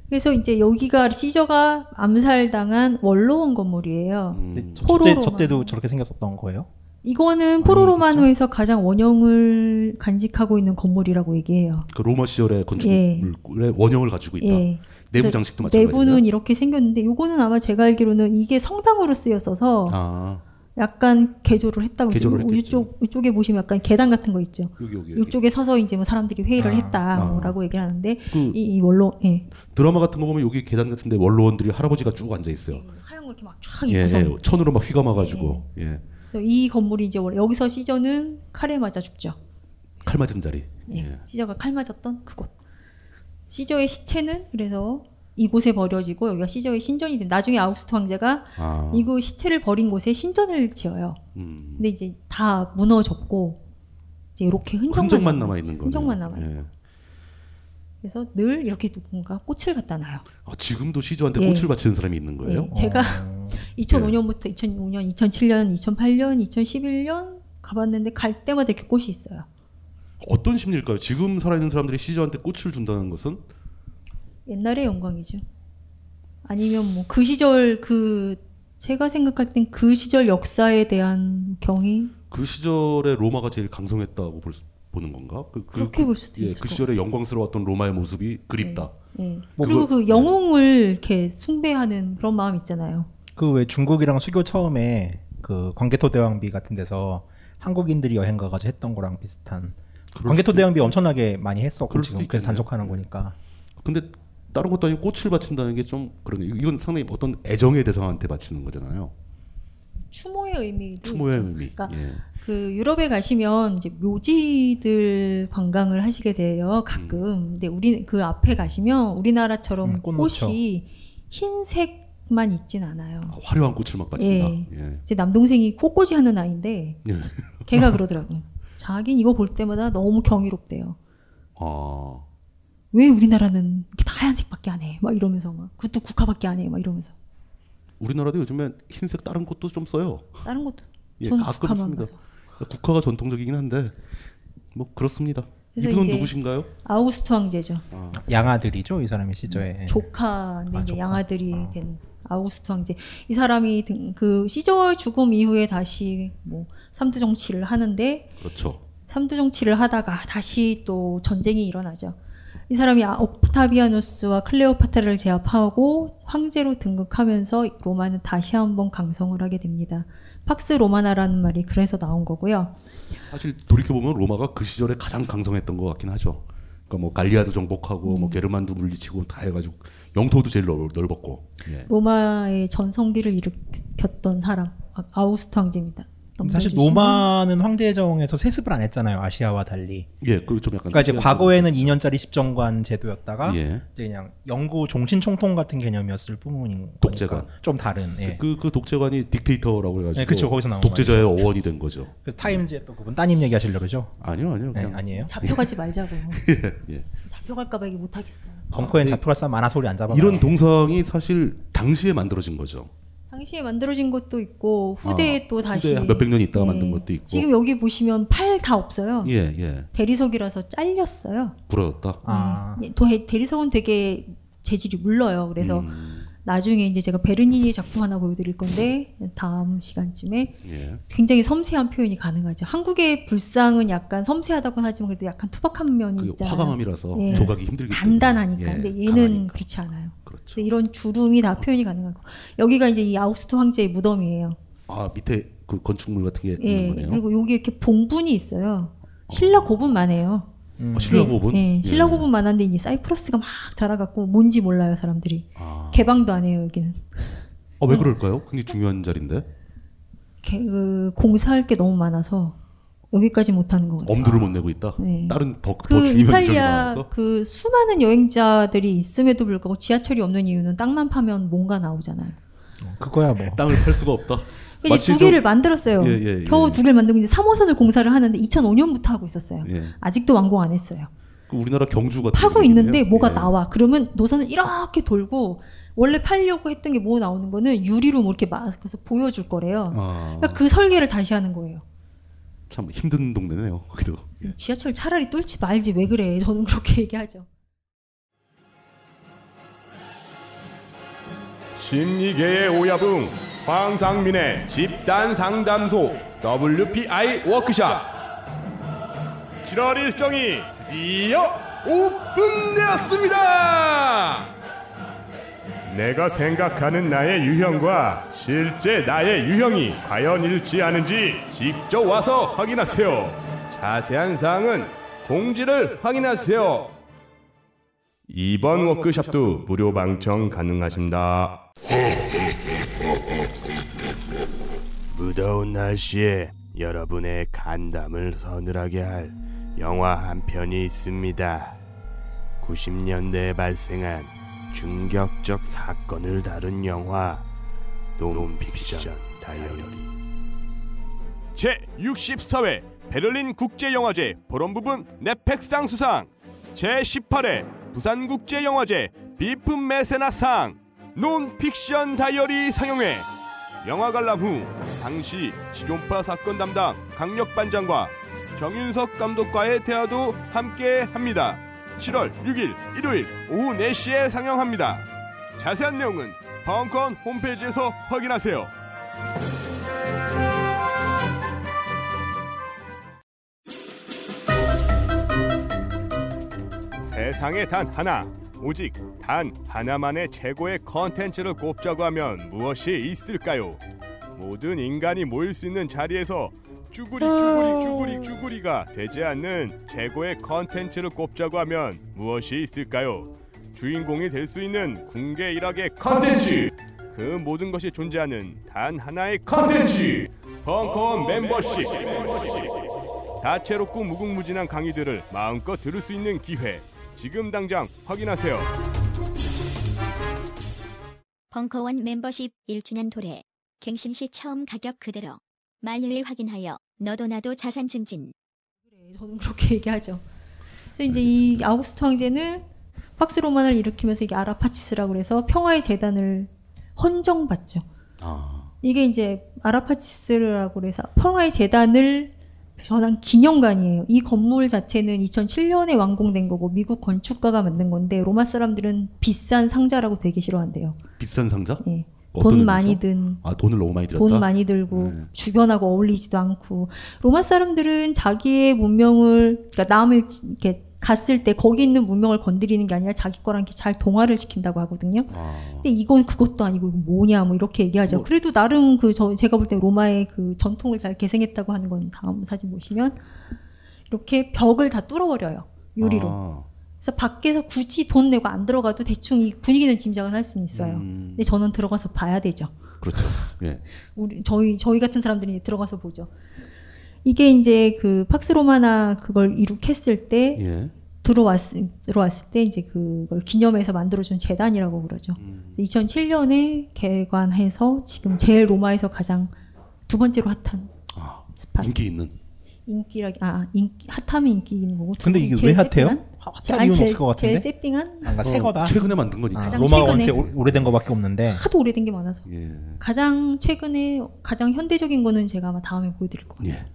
Speaker 9: 그래서 이제 여기가 시저가 암살당한 원로원 건물이에요.
Speaker 8: 음,
Speaker 10: 저때
Speaker 9: 포로로만.
Speaker 10: 저때도 저렇게 생겼었던 거예요
Speaker 8: 아,
Speaker 9: 이거는 포로로마노에서
Speaker 8: 그렇죠.
Speaker 9: 가장 원형을 간직하고 있는 건물이라고 얘기해요.
Speaker 8: 그 로마 시절의 건축물의 원형을 가지고 있다.
Speaker 9: 예.
Speaker 8: 내부
Speaker 9: 그래서
Speaker 8: 장식도 마찬가지예요.
Speaker 9: 내부는 이렇게 생겼는데 이거는 아마 제가 알기로는 이게 성당으로 쓰여서
Speaker 8: 아
Speaker 9: 약간 개조를 했다고
Speaker 8: 개조를
Speaker 9: 지금 이쪽 이쪽에 보시면 약간 계단 같은 거 있죠.
Speaker 8: 여기, 여기, 여기.
Speaker 9: 이쪽에 서서 이제 뭐 사람들이 회의를
Speaker 8: 아, 아.
Speaker 9: 했다라고 얘기를 하는데
Speaker 8: 그-
Speaker 9: 이, 이 원로 예.
Speaker 8: 드라마 같은 거 보면 여기 계단 같은데 원로원들이 할아버지가 쭉 앉아 있어요.
Speaker 9: 하얀 거 이렇게 막쫙
Speaker 8: 예,
Speaker 9: 입고서
Speaker 8: 예, 천으로 막 휘감아가지고 예.
Speaker 9: 그래서 이 건물이 이제 원래 여기서 시저는 칼에 맞아 죽죠.
Speaker 8: 칼 맞은 자리. 예.
Speaker 9: 예. 시저가 칼 맞았던 그곳. 시저의 시체는 그래서 이곳에 버려지고 여기가 시저의 신전이 됩니다. 나중에 아우구스트 황제가
Speaker 8: 아. 음.
Speaker 9: 이곳 시체를 버린 곳에 신전을 지어요. 근데 이제 다 무너졌고 이제 이렇게 흔적만,
Speaker 8: 흔적만
Speaker 9: 남아있죠.
Speaker 8: 남아 있는 거예요.
Speaker 9: 흔적만 남아. 요
Speaker 8: 예.
Speaker 9: 그래서 늘 이렇게 누군가 꽃을 갖다 놔요.
Speaker 8: 아, 지금도 시조한테
Speaker 9: 예.
Speaker 8: 꽃을 바치는 사람이 있는 거예요? 어.
Speaker 9: 네, 제가 2005년부터 2006년, 2007년, 2008년, 2011년 가봤는데 갈 때마다 이렇게 꽃이 있어요.
Speaker 8: 어떤 심리일까요? 지금 살아있는 사람들이 시조한테 꽃을 준다는 것은
Speaker 9: 옛날의 영광이죠. 아니면 뭐 그 시절 그 제가 생각할 땐 그 시절 역사에 대한 경이
Speaker 8: 그 시절의 로마가 제일 강성했다고 볼 수, 보는 건가? 그, 그,
Speaker 9: 그렇게 볼 수도
Speaker 8: 예,
Speaker 9: 있을
Speaker 8: 그
Speaker 9: 것
Speaker 8: 시절의 영광스러웠던 로마의 모습이 그립다.
Speaker 9: 예.
Speaker 8: 뭐
Speaker 9: 그리고
Speaker 8: 그-
Speaker 9: 그 영웅을 이렇게 숭배하는 그런 마음 있잖아요.
Speaker 10: 그 왜 중국이랑 수교 처음에 그 광개토 대왕비 같은 데서 한국인들이 여행 가가지고 했던 거랑 비슷한 광개토 대왕비 엄청나게 많이 했었고 지금 그렇죠, 그래서 단속하는 거니까
Speaker 8: 근데 다른 것도 아니고 꽃을 바친다는 게 좀 그런 이건 상당히 어떤 애정의 대상한테 바치는 거잖아요.
Speaker 9: 추모의 의미도
Speaker 8: 추모의
Speaker 9: 있죠.
Speaker 8: 의미.
Speaker 9: 그러니까
Speaker 8: 예.
Speaker 9: 그 유럽에 가시면 이제 묘지들 관광을 하시게
Speaker 8: 음.
Speaker 9: 돼요 가끔. 근데 우리 그 앞에 가시면 우리나라처럼
Speaker 8: 음, 꽃놓죠.
Speaker 9: 꽃이 흰색만 있진 않아요.
Speaker 8: 화려한 꽃을 막 바친다.
Speaker 9: 예.
Speaker 8: 예.
Speaker 9: 제 남동생이 꽃꽂이 하는 아인데
Speaker 8: 예.
Speaker 9: 걔가 그러더라고요. 자긴 이거 볼 때마다 너무 경이롭대요.
Speaker 8: 아,
Speaker 9: 왜 우리나라는 이렇게 다 하얀색밖에 안 해? 막 이러면서 막 그것도 국화밖에 안 해? 막 이러면서
Speaker 8: 우리나라도 요즘에 흰색 다른 꽃도 좀 써요.
Speaker 9: 다른 것도
Speaker 8: 예,
Speaker 9: 저는
Speaker 8: 가끔
Speaker 9: 국화만
Speaker 8: 씁니다.
Speaker 9: 봐서.
Speaker 8: 국화가 전통적이긴 한데 뭐 그렇습니다.
Speaker 9: 그래서
Speaker 8: 이분은
Speaker 9: 이제
Speaker 8: 누구신가요?
Speaker 9: 아우구스트 황제죠.
Speaker 10: 양아들이죠 이 사람이
Speaker 9: 음,
Speaker 10: 시저에 예.
Speaker 9: 조카인데 이제 양아들이 된 아우구스트 황제 이 사람이 등, 그 시저의 죽음 이후에 다시 뭐 삼두 정치를 하는데
Speaker 8: 그렇죠.
Speaker 9: 삼두 정치를 하다가 다시 또 전쟁이 일어나죠. 이 사람이 아- 옥타비아누스와 클레오파트라를 제압하고 황제로 등극하면서 로마는 다시 한번 강성을 하게 됩니다. 팍스 로마나라는 말이 그래서 나온 거고요.
Speaker 8: 사실 돌이켜 보면 로마가 그 시절에 가장 강성했던 것 같긴 하죠. 그러니까 뭐 갈리아도 정복하고 뭐 게르만도 물리치고 다 해가지고 영토도 제일 넓, 넓었고. 예.
Speaker 9: 로마의 전성기를 일으켰던 사람 아- 아우구스트 황제입니다.
Speaker 10: 사실
Speaker 9: 넘겨주시면-
Speaker 10: 노마는 황제정에서 세습을 안 했잖아요 아시아와 달리
Speaker 8: 예, 그좀 약간.
Speaker 10: 그러니까 이제
Speaker 8: 특이한
Speaker 10: 과거에는 2년짜리 십정관 제도였다가
Speaker 8: 예.
Speaker 10: 이제 그냥 영구 종신총통 같은 개념이었을 뿐인
Speaker 8: 독재관
Speaker 10: 좀 다른, 예.
Speaker 8: 그, 그 독재관이 딕테이터라고 해가지고
Speaker 10: 예, 그쵸, 거기서 나온
Speaker 8: 독재자의
Speaker 10: 말이죠.
Speaker 8: 어원이 된 거죠.
Speaker 10: 그 타임즈의 또 그분 따님 얘기하시려고 그러죠?
Speaker 8: 아니요, 아니요.
Speaker 10: 네,
Speaker 8: 그냥-
Speaker 10: 아니에요.
Speaker 9: 잡혀가지 말자고.
Speaker 8: 예, 예.
Speaker 9: 잡혀갈까봐 얘기 못하겠어요.
Speaker 10: 벙커엔 잡혀갈 사람 많아 소리 안 잡아.
Speaker 8: 이런 동상이 사실 당시에 만들어진 거죠.
Speaker 9: 당시에 만들어진 것도 있고 후대에
Speaker 8: 아,
Speaker 9: 또 다시 네.
Speaker 8: 후대에 몇백 년 있다가 만든 것도 있고.
Speaker 9: 지금 여기 보시면 팔 다 없어요.
Speaker 8: 예, 예.
Speaker 9: 대리석이라서 잘렸어요.
Speaker 8: 부러졌다.
Speaker 10: 아.
Speaker 9: 예, 또 해- 대리석은 되게 재질이 물러요. 그래서
Speaker 8: 음.
Speaker 9: 나중에 이제 제가 베르니니 작품 하나 보여드릴 건데 다음 시간쯤에
Speaker 8: 예.
Speaker 9: 굉장히 섬세한 표현이 가능하죠. 한국의 불상은 약간 섬세하다고는 하지만 그래도 약간 투박한 면이
Speaker 8: 그게
Speaker 9: 있잖아요.
Speaker 8: 화강암이라서 조각이 힘들기 때문에.
Speaker 9: 단단하니까.
Speaker 8: 예,
Speaker 9: 근데 얘는 그렇지 않아요.
Speaker 8: 그렇죠.
Speaker 9: 이런 주름이 다 표현이 가능하고 여기가 이제 이 아우스트 황제의 무덤이에요.
Speaker 8: 아 밑에 그 건축물 같은 게 있는
Speaker 9: 예,
Speaker 8: 거네요.
Speaker 9: 그리고 여기 이렇게 봉분이 있어요. 신라 고분만 해요.
Speaker 10: 음.
Speaker 8: 아, 신라 고분?
Speaker 9: 예, 신라
Speaker 8: 예.
Speaker 9: 고분만 한데 이 사이프러스가 막 자라갖고 뭔지 몰라요 사람들이. 개방도 안 해요 여기는.
Speaker 8: 아, 왜 그럴까요? 굉장히 중요한
Speaker 9: 네.
Speaker 8: 자리인데
Speaker 9: 개- 그 공사할 게 너무 많아서 여기까지 못하는 것 같아요.
Speaker 8: 엄두를 못 내고 있다.
Speaker 9: 네.
Speaker 8: 다른 더, 더
Speaker 9: 그
Speaker 8: 중요한 일정이
Speaker 9: 이탈리아
Speaker 8: 많아서.
Speaker 9: 그 수많은 여행자들이 있음에도 불구하고 지하철이 없는 이유는 땅만 파면 뭔가 나오잖아요.
Speaker 10: 그거야 뭐.
Speaker 8: 땅을 팔 수가 없다.
Speaker 9: 이제
Speaker 8: 마치
Speaker 9: 두 개를
Speaker 8: 저-
Speaker 9: 만들었어요.
Speaker 8: 예, 예, 예.
Speaker 9: 겨우 두 개를 만들고 이제 3호선을 공사를 하는데 2005년부터 하고 있었어요.
Speaker 8: 예.
Speaker 9: 아직도 완공 안 했어요.
Speaker 8: 그 우리나라 경주 같은
Speaker 9: 파고
Speaker 8: 느낌이네요.
Speaker 9: 있는데 뭐가
Speaker 8: 예.
Speaker 9: 나와. 그러면 노선을 이렇게 돌고 원래 팔려고 했던 게 뭐 나오는 거는 유리로 뭐 이렇게 막아서 보여줄 거래요.
Speaker 8: 아.
Speaker 9: 그러니까 그 설계를 다시 하는 거예요.
Speaker 8: 참 힘든 동네네요. 거기도.
Speaker 9: 지금 지하철 차라리 뚫지 말지 왜 그래. 저는 그렇게 얘기하죠.
Speaker 12: 심리계의 오야붕 황상민의 집단 상담소 WPI 워크샵 7월 일정이 드디어 오픈되었습니다. 내가 생각하는 나의 유형과 실제 나의 유형이 과연 일치하는지 직접 와서 확인하세요. 자세한 사항은 공지를 확인하세요. 이번 워크숍도 무료 방청 가능하십니다.
Speaker 14: 무더운 날씨에 여러분의 간담을 서늘하게 할 영화 한 편이 있습니다. 90년대에 발생한 충격적 사건을 다룬 영화 논픽션 다이어리
Speaker 12: 제 64회 베를린 국제영화제 보름 부분 넷팩상 수상 제 18회 부산 국제영화제 비프 메세나상 논픽션 다이어리 상영회 영화 관람 후 당시 지존파 사건 담당 강력 반장과 정윤석 감독과의 대화도 함께 합니다. 7월 6일 일요일 오후 4시에 상영합니다. 자세한 내용은 방언권 홈페이지에서 확인하세요. 세상에 단 하나, 오직 단 하나만의 최고의 컨텐츠를 꼽자고 하면 무엇이 있을까요? 모든 인간이 모일 수 있는 자리에서 쭈구리 쭈구리 쭈구리 쭈구리가 되지 않는 최고의 컨텐츠를 꼽자고 하면 무엇이 있을까요? 주인공이 될 수 있는 궁계 일학의 컨텐츠! 그 모든 것이 존재하는 단 하나의 컨텐츠! 벙커원 멤버십! 다채롭고 무궁무진한 강의들을 마음껏 들을 수 있는 기회. 지금 당장 확인하세요.
Speaker 15: 벙커원 멤버십 1주년 도래. 갱신 시 처음 가격 그대로. 만료일 확인하여 너도 나도 자산 증진.
Speaker 9: 저는 그렇게 얘기하죠. 그래서 이제 이 아우구스트 황제는 박스 로만을 일으키면서 이게 아라파치스라고 그래서 평화의 재단을 헌정받죠.
Speaker 8: 아,
Speaker 9: 이게 이제 아라파치스라고 해서 평화의 재단을 전한 기념관이에요. 이 건물 자체는 2007년에 완공된 거고 미국 건축가가 만든 건데 로마 사람들은 비싼 상자라고 되게 싫어한대요.
Speaker 8: 비싼 상자?
Speaker 9: 예.
Speaker 8: 어떤
Speaker 9: 돈
Speaker 8: 의미에서?
Speaker 9: 많이 든
Speaker 8: 아 돈을 너무 많이 들였다. 네.
Speaker 9: 돈 많이 들고 주변하고 어울리지도 않고 로마 사람들은 자기의 문명을 그러니까 남을 지- 이렇게 갔을 때 거기 있는 문명을 건드리는 게 아니라 자기 거랑 이렇게 잘 동화를 시킨다고 하거든요.
Speaker 8: 아.
Speaker 9: 근데 네, 이건 그것도 아니고 이건 뭐냐 뭐 이렇게 얘기하죠. 그래도 나름 그 저 제가 볼 때 로마의 그 전통을 잘 계승했다고 하는 건 다음 사진 보시면 이렇게 벽을 다 뚫어버려요 유리로.
Speaker 8: 아.
Speaker 9: 그래서 밖에서 굳이 돈 내고 안 들어가도 대충 이 분위기는 짐작은 할 수는 있어요.
Speaker 8: 음.
Speaker 9: 근데 저는 들어가서 봐야 되죠.
Speaker 8: 그렇죠. 예.
Speaker 9: 우리 저희 저희 같은 사람들이 들어가서 보죠. 이게 이제 그 팍스 로마나 그걸 이룩했을 때
Speaker 8: 예.
Speaker 9: 들어왔 들어왔을 때 이제 그걸 기념해서 만들어준 재단이라고 그러죠. 2007년에 개관해서 지금 제일 로마에서 가장 두 번째로 핫한
Speaker 10: 아,
Speaker 9: 스팟
Speaker 8: 인기 있는.
Speaker 9: 인기라 아 인기 핫함이 인기 있는 거고. 두
Speaker 10: 근데 이게
Speaker 9: 번째
Speaker 10: 왜 핫해요?
Speaker 9: 새삥한?
Speaker 10: 하- 핫할
Speaker 9: 제- 아니,
Speaker 10: 이유는
Speaker 9: 제일-
Speaker 10: 없을 것 같은데.
Speaker 9: 제일 새삥한
Speaker 10: 아, 그러니까 새 거다.
Speaker 9: 가장
Speaker 10: 로마
Speaker 9: 최근에.
Speaker 10: 원체 오- 오래된 거밖에 없는데.
Speaker 9: 하도 오래된 게 많아서.
Speaker 8: 예.
Speaker 9: 가장 최근에 가장 현대적인 거는 제가 아마 다음에 보여드릴 거예요.
Speaker 8: 예.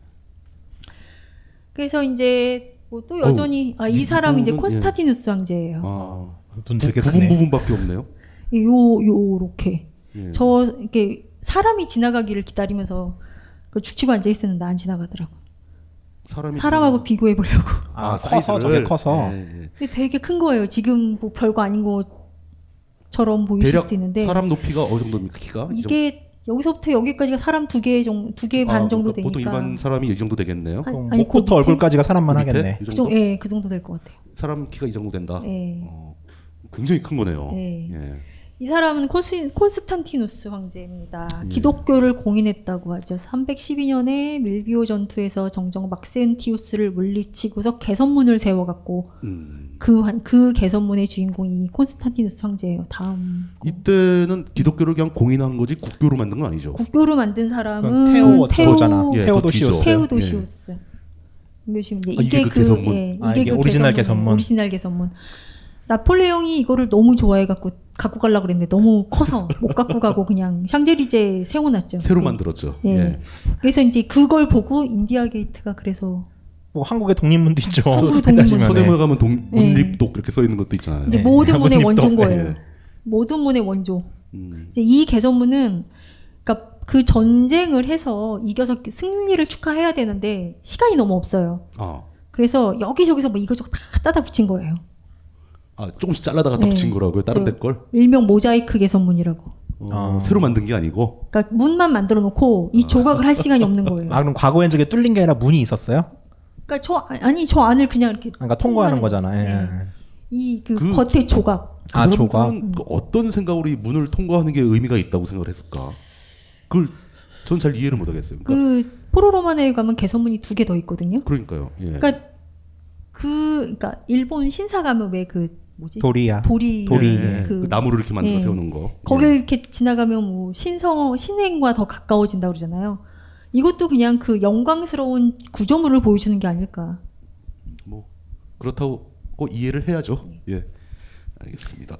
Speaker 9: 그래서 이제 뭐또 여전히 아, 이 사람 이제 콘스타티누스 황제예요. 네.
Speaker 8: 아.
Speaker 10: 돈 되게
Speaker 8: 부- 부분 부분밖에 없네요.
Speaker 9: 요 요렇게
Speaker 8: 예.
Speaker 9: 저 이렇게 사람이 지나가기를 기다리면서 그 죽치고 앉아 있었는데 안 지나가더라고.
Speaker 8: 사람이
Speaker 9: 사람하고 비교해 보려고.
Speaker 10: 아, 커서 저게
Speaker 8: 예.
Speaker 10: 커서.
Speaker 9: 근데 되게 큰 거예요. 지금 뭐 별거 아닌 것처럼 보이실
Speaker 8: 대략
Speaker 9: 수도 있는데
Speaker 8: 사람 높이가 어느 정도입니까? 키가? 이 정도?
Speaker 9: 이게 여기서부터 여기까지가 사람 두 개 정도 두개 반
Speaker 8: 아,
Speaker 9: 정도
Speaker 8: 그러니까 보통
Speaker 9: 되니까
Speaker 8: 일반 사람이 이 정도 되겠네요.
Speaker 9: 아니, 아니,
Speaker 10: 뭐
Speaker 9: 그
Speaker 10: 목부터
Speaker 9: 밑에?
Speaker 10: 얼굴까지가 사람만
Speaker 8: 그 밑에?
Speaker 10: 하겠네.
Speaker 8: 이
Speaker 9: 그
Speaker 8: 정도? 아,
Speaker 9: 정도 예, 그 정도 될 것 같아요.
Speaker 8: 사람 키가 이 정도 된다. 어,
Speaker 9: 예.
Speaker 8: 굉장히 큰 거네요.
Speaker 9: 네.
Speaker 8: 예.
Speaker 9: 이 사람은 콘스, 콘스탄티누스 황제입니다.
Speaker 8: 예.
Speaker 9: 기독교를 공인했다고 하죠. 312년에 밀비오 전투에서 정정 막센티우스를 물리치고서 개선문을 세워갔고
Speaker 8: 음.
Speaker 9: 그, 한- 그 개선문의 주인공이 이 콘스탄티누스 황제예요. 다음
Speaker 8: 이때는 기독교를 그냥 공인한 거지 국교로 만든 건 아니죠.
Speaker 9: 국교로 만든 사람은
Speaker 8: 그건 테오- 거잖아. 예, 더 뒤죠.
Speaker 9: 테오도시우스. 이게,
Speaker 8: 아, 이게
Speaker 9: 이게
Speaker 8: 그
Speaker 9: 그
Speaker 8: 개선문.
Speaker 9: 예,
Speaker 10: 아,
Speaker 9: 이게
Speaker 10: 이게
Speaker 9: 그
Speaker 10: 오리지널
Speaker 9: 개선문,
Speaker 10: 개선문.
Speaker 9: 오리지널 개선문. 나폴레옹이 이거를 너무 좋아해 갖고 갖고 가려고 그랬는데 너무 커서 못 갖고 가고 그냥 샹젤리제 세워놨죠.
Speaker 8: 새로
Speaker 9: 그-
Speaker 8: 만들었죠.
Speaker 9: 예.
Speaker 8: 예.
Speaker 9: 그래서 이제 그걸 보고 인디아 게이트가 그래서
Speaker 10: 뭐 한국의 독립문도 있죠.
Speaker 9: 어.
Speaker 8: 저
Speaker 10: 따지면은.
Speaker 8: 서대문에 가면 동,
Speaker 9: 예.
Speaker 8: 문립독 이렇게 써 있는 것도 네. 있잖아요. 예.
Speaker 9: 이제 모든 문의 원조인 거예요. 모든 문의 원조.
Speaker 8: 음.
Speaker 9: 이제 이 개선문은 그러니까 그 전쟁을 해서 이겨서 승리를 축하해야 되는데 시간이 너무 없어요.
Speaker 8: 아,
Speaker 9: 그래서 여기저기서 뭐 이것저것 다 따다 붙인 거예요.
Speaker 8: 아, 조금씩 잘라다 갖다
Speaker 9: 예.
Speaker 8: 붙인 거라고요. 다른
Speaker 9: 그래서
Speaker 8: 데 걸.
Speaker 9: 일명 모자이크 개선문이라고.
Speaker 10: 아.
Speaker 8: 어, 새로 만든 게 아니고.
Speaker 9: 그러니까 문만 만들어 놓고 이 조각을 할 시간이 없는 거예요.
Speaker 10: 아 그럼 과거엔 저게 뚫린 게 아니라 문이 있었어요?
Speaker 9: 그러니까 저 아니 저 안을 그냥 이렇게
Speaker 10: 그러니까
Speaker 9: 네.
Speaker 10: 통과하는 거잖아. 예.
Speaker 9: 이그 겉에 아, 조각.
Speaker 8: 그 사람들은 그 어떤 생각으로 이 문을 통과하는 게 의미가 있다고 생각을 했을까? 그걸 전 잘 이해를 못 하겠어요. 그러니까,
Speaker 9: 그 포로로마네에 가면 개선문이 두 개 더 있거든요.
Speaker 8: 그러니까요. 예.
Speaker 9: 그러니까 그 그러니까 일본 신사 가면 왜 그 뭐지?
Speaker 10: 도리야.
Speaker 9: 도리.
Speaker 10: 도리.
Speaker 9: 예,
Speaker 10: 예.
Speaker 9: 그
Speaker 8: 그 나무를 이렇게 만들어
Speaker 9: 예.
Speaker 8: 세우는 거.
Speaker 9: 거길 이렇게 지나가면 뭐 신성 신행과 더 가까워진다 그러잖아요. 이것도 그냥 그 영광스러운 구조물을 보여주는 게 아닐까.
Speaker 8: 뭐 그렇다고 꼭 이해를 해야죠. 예. 알겠습니다.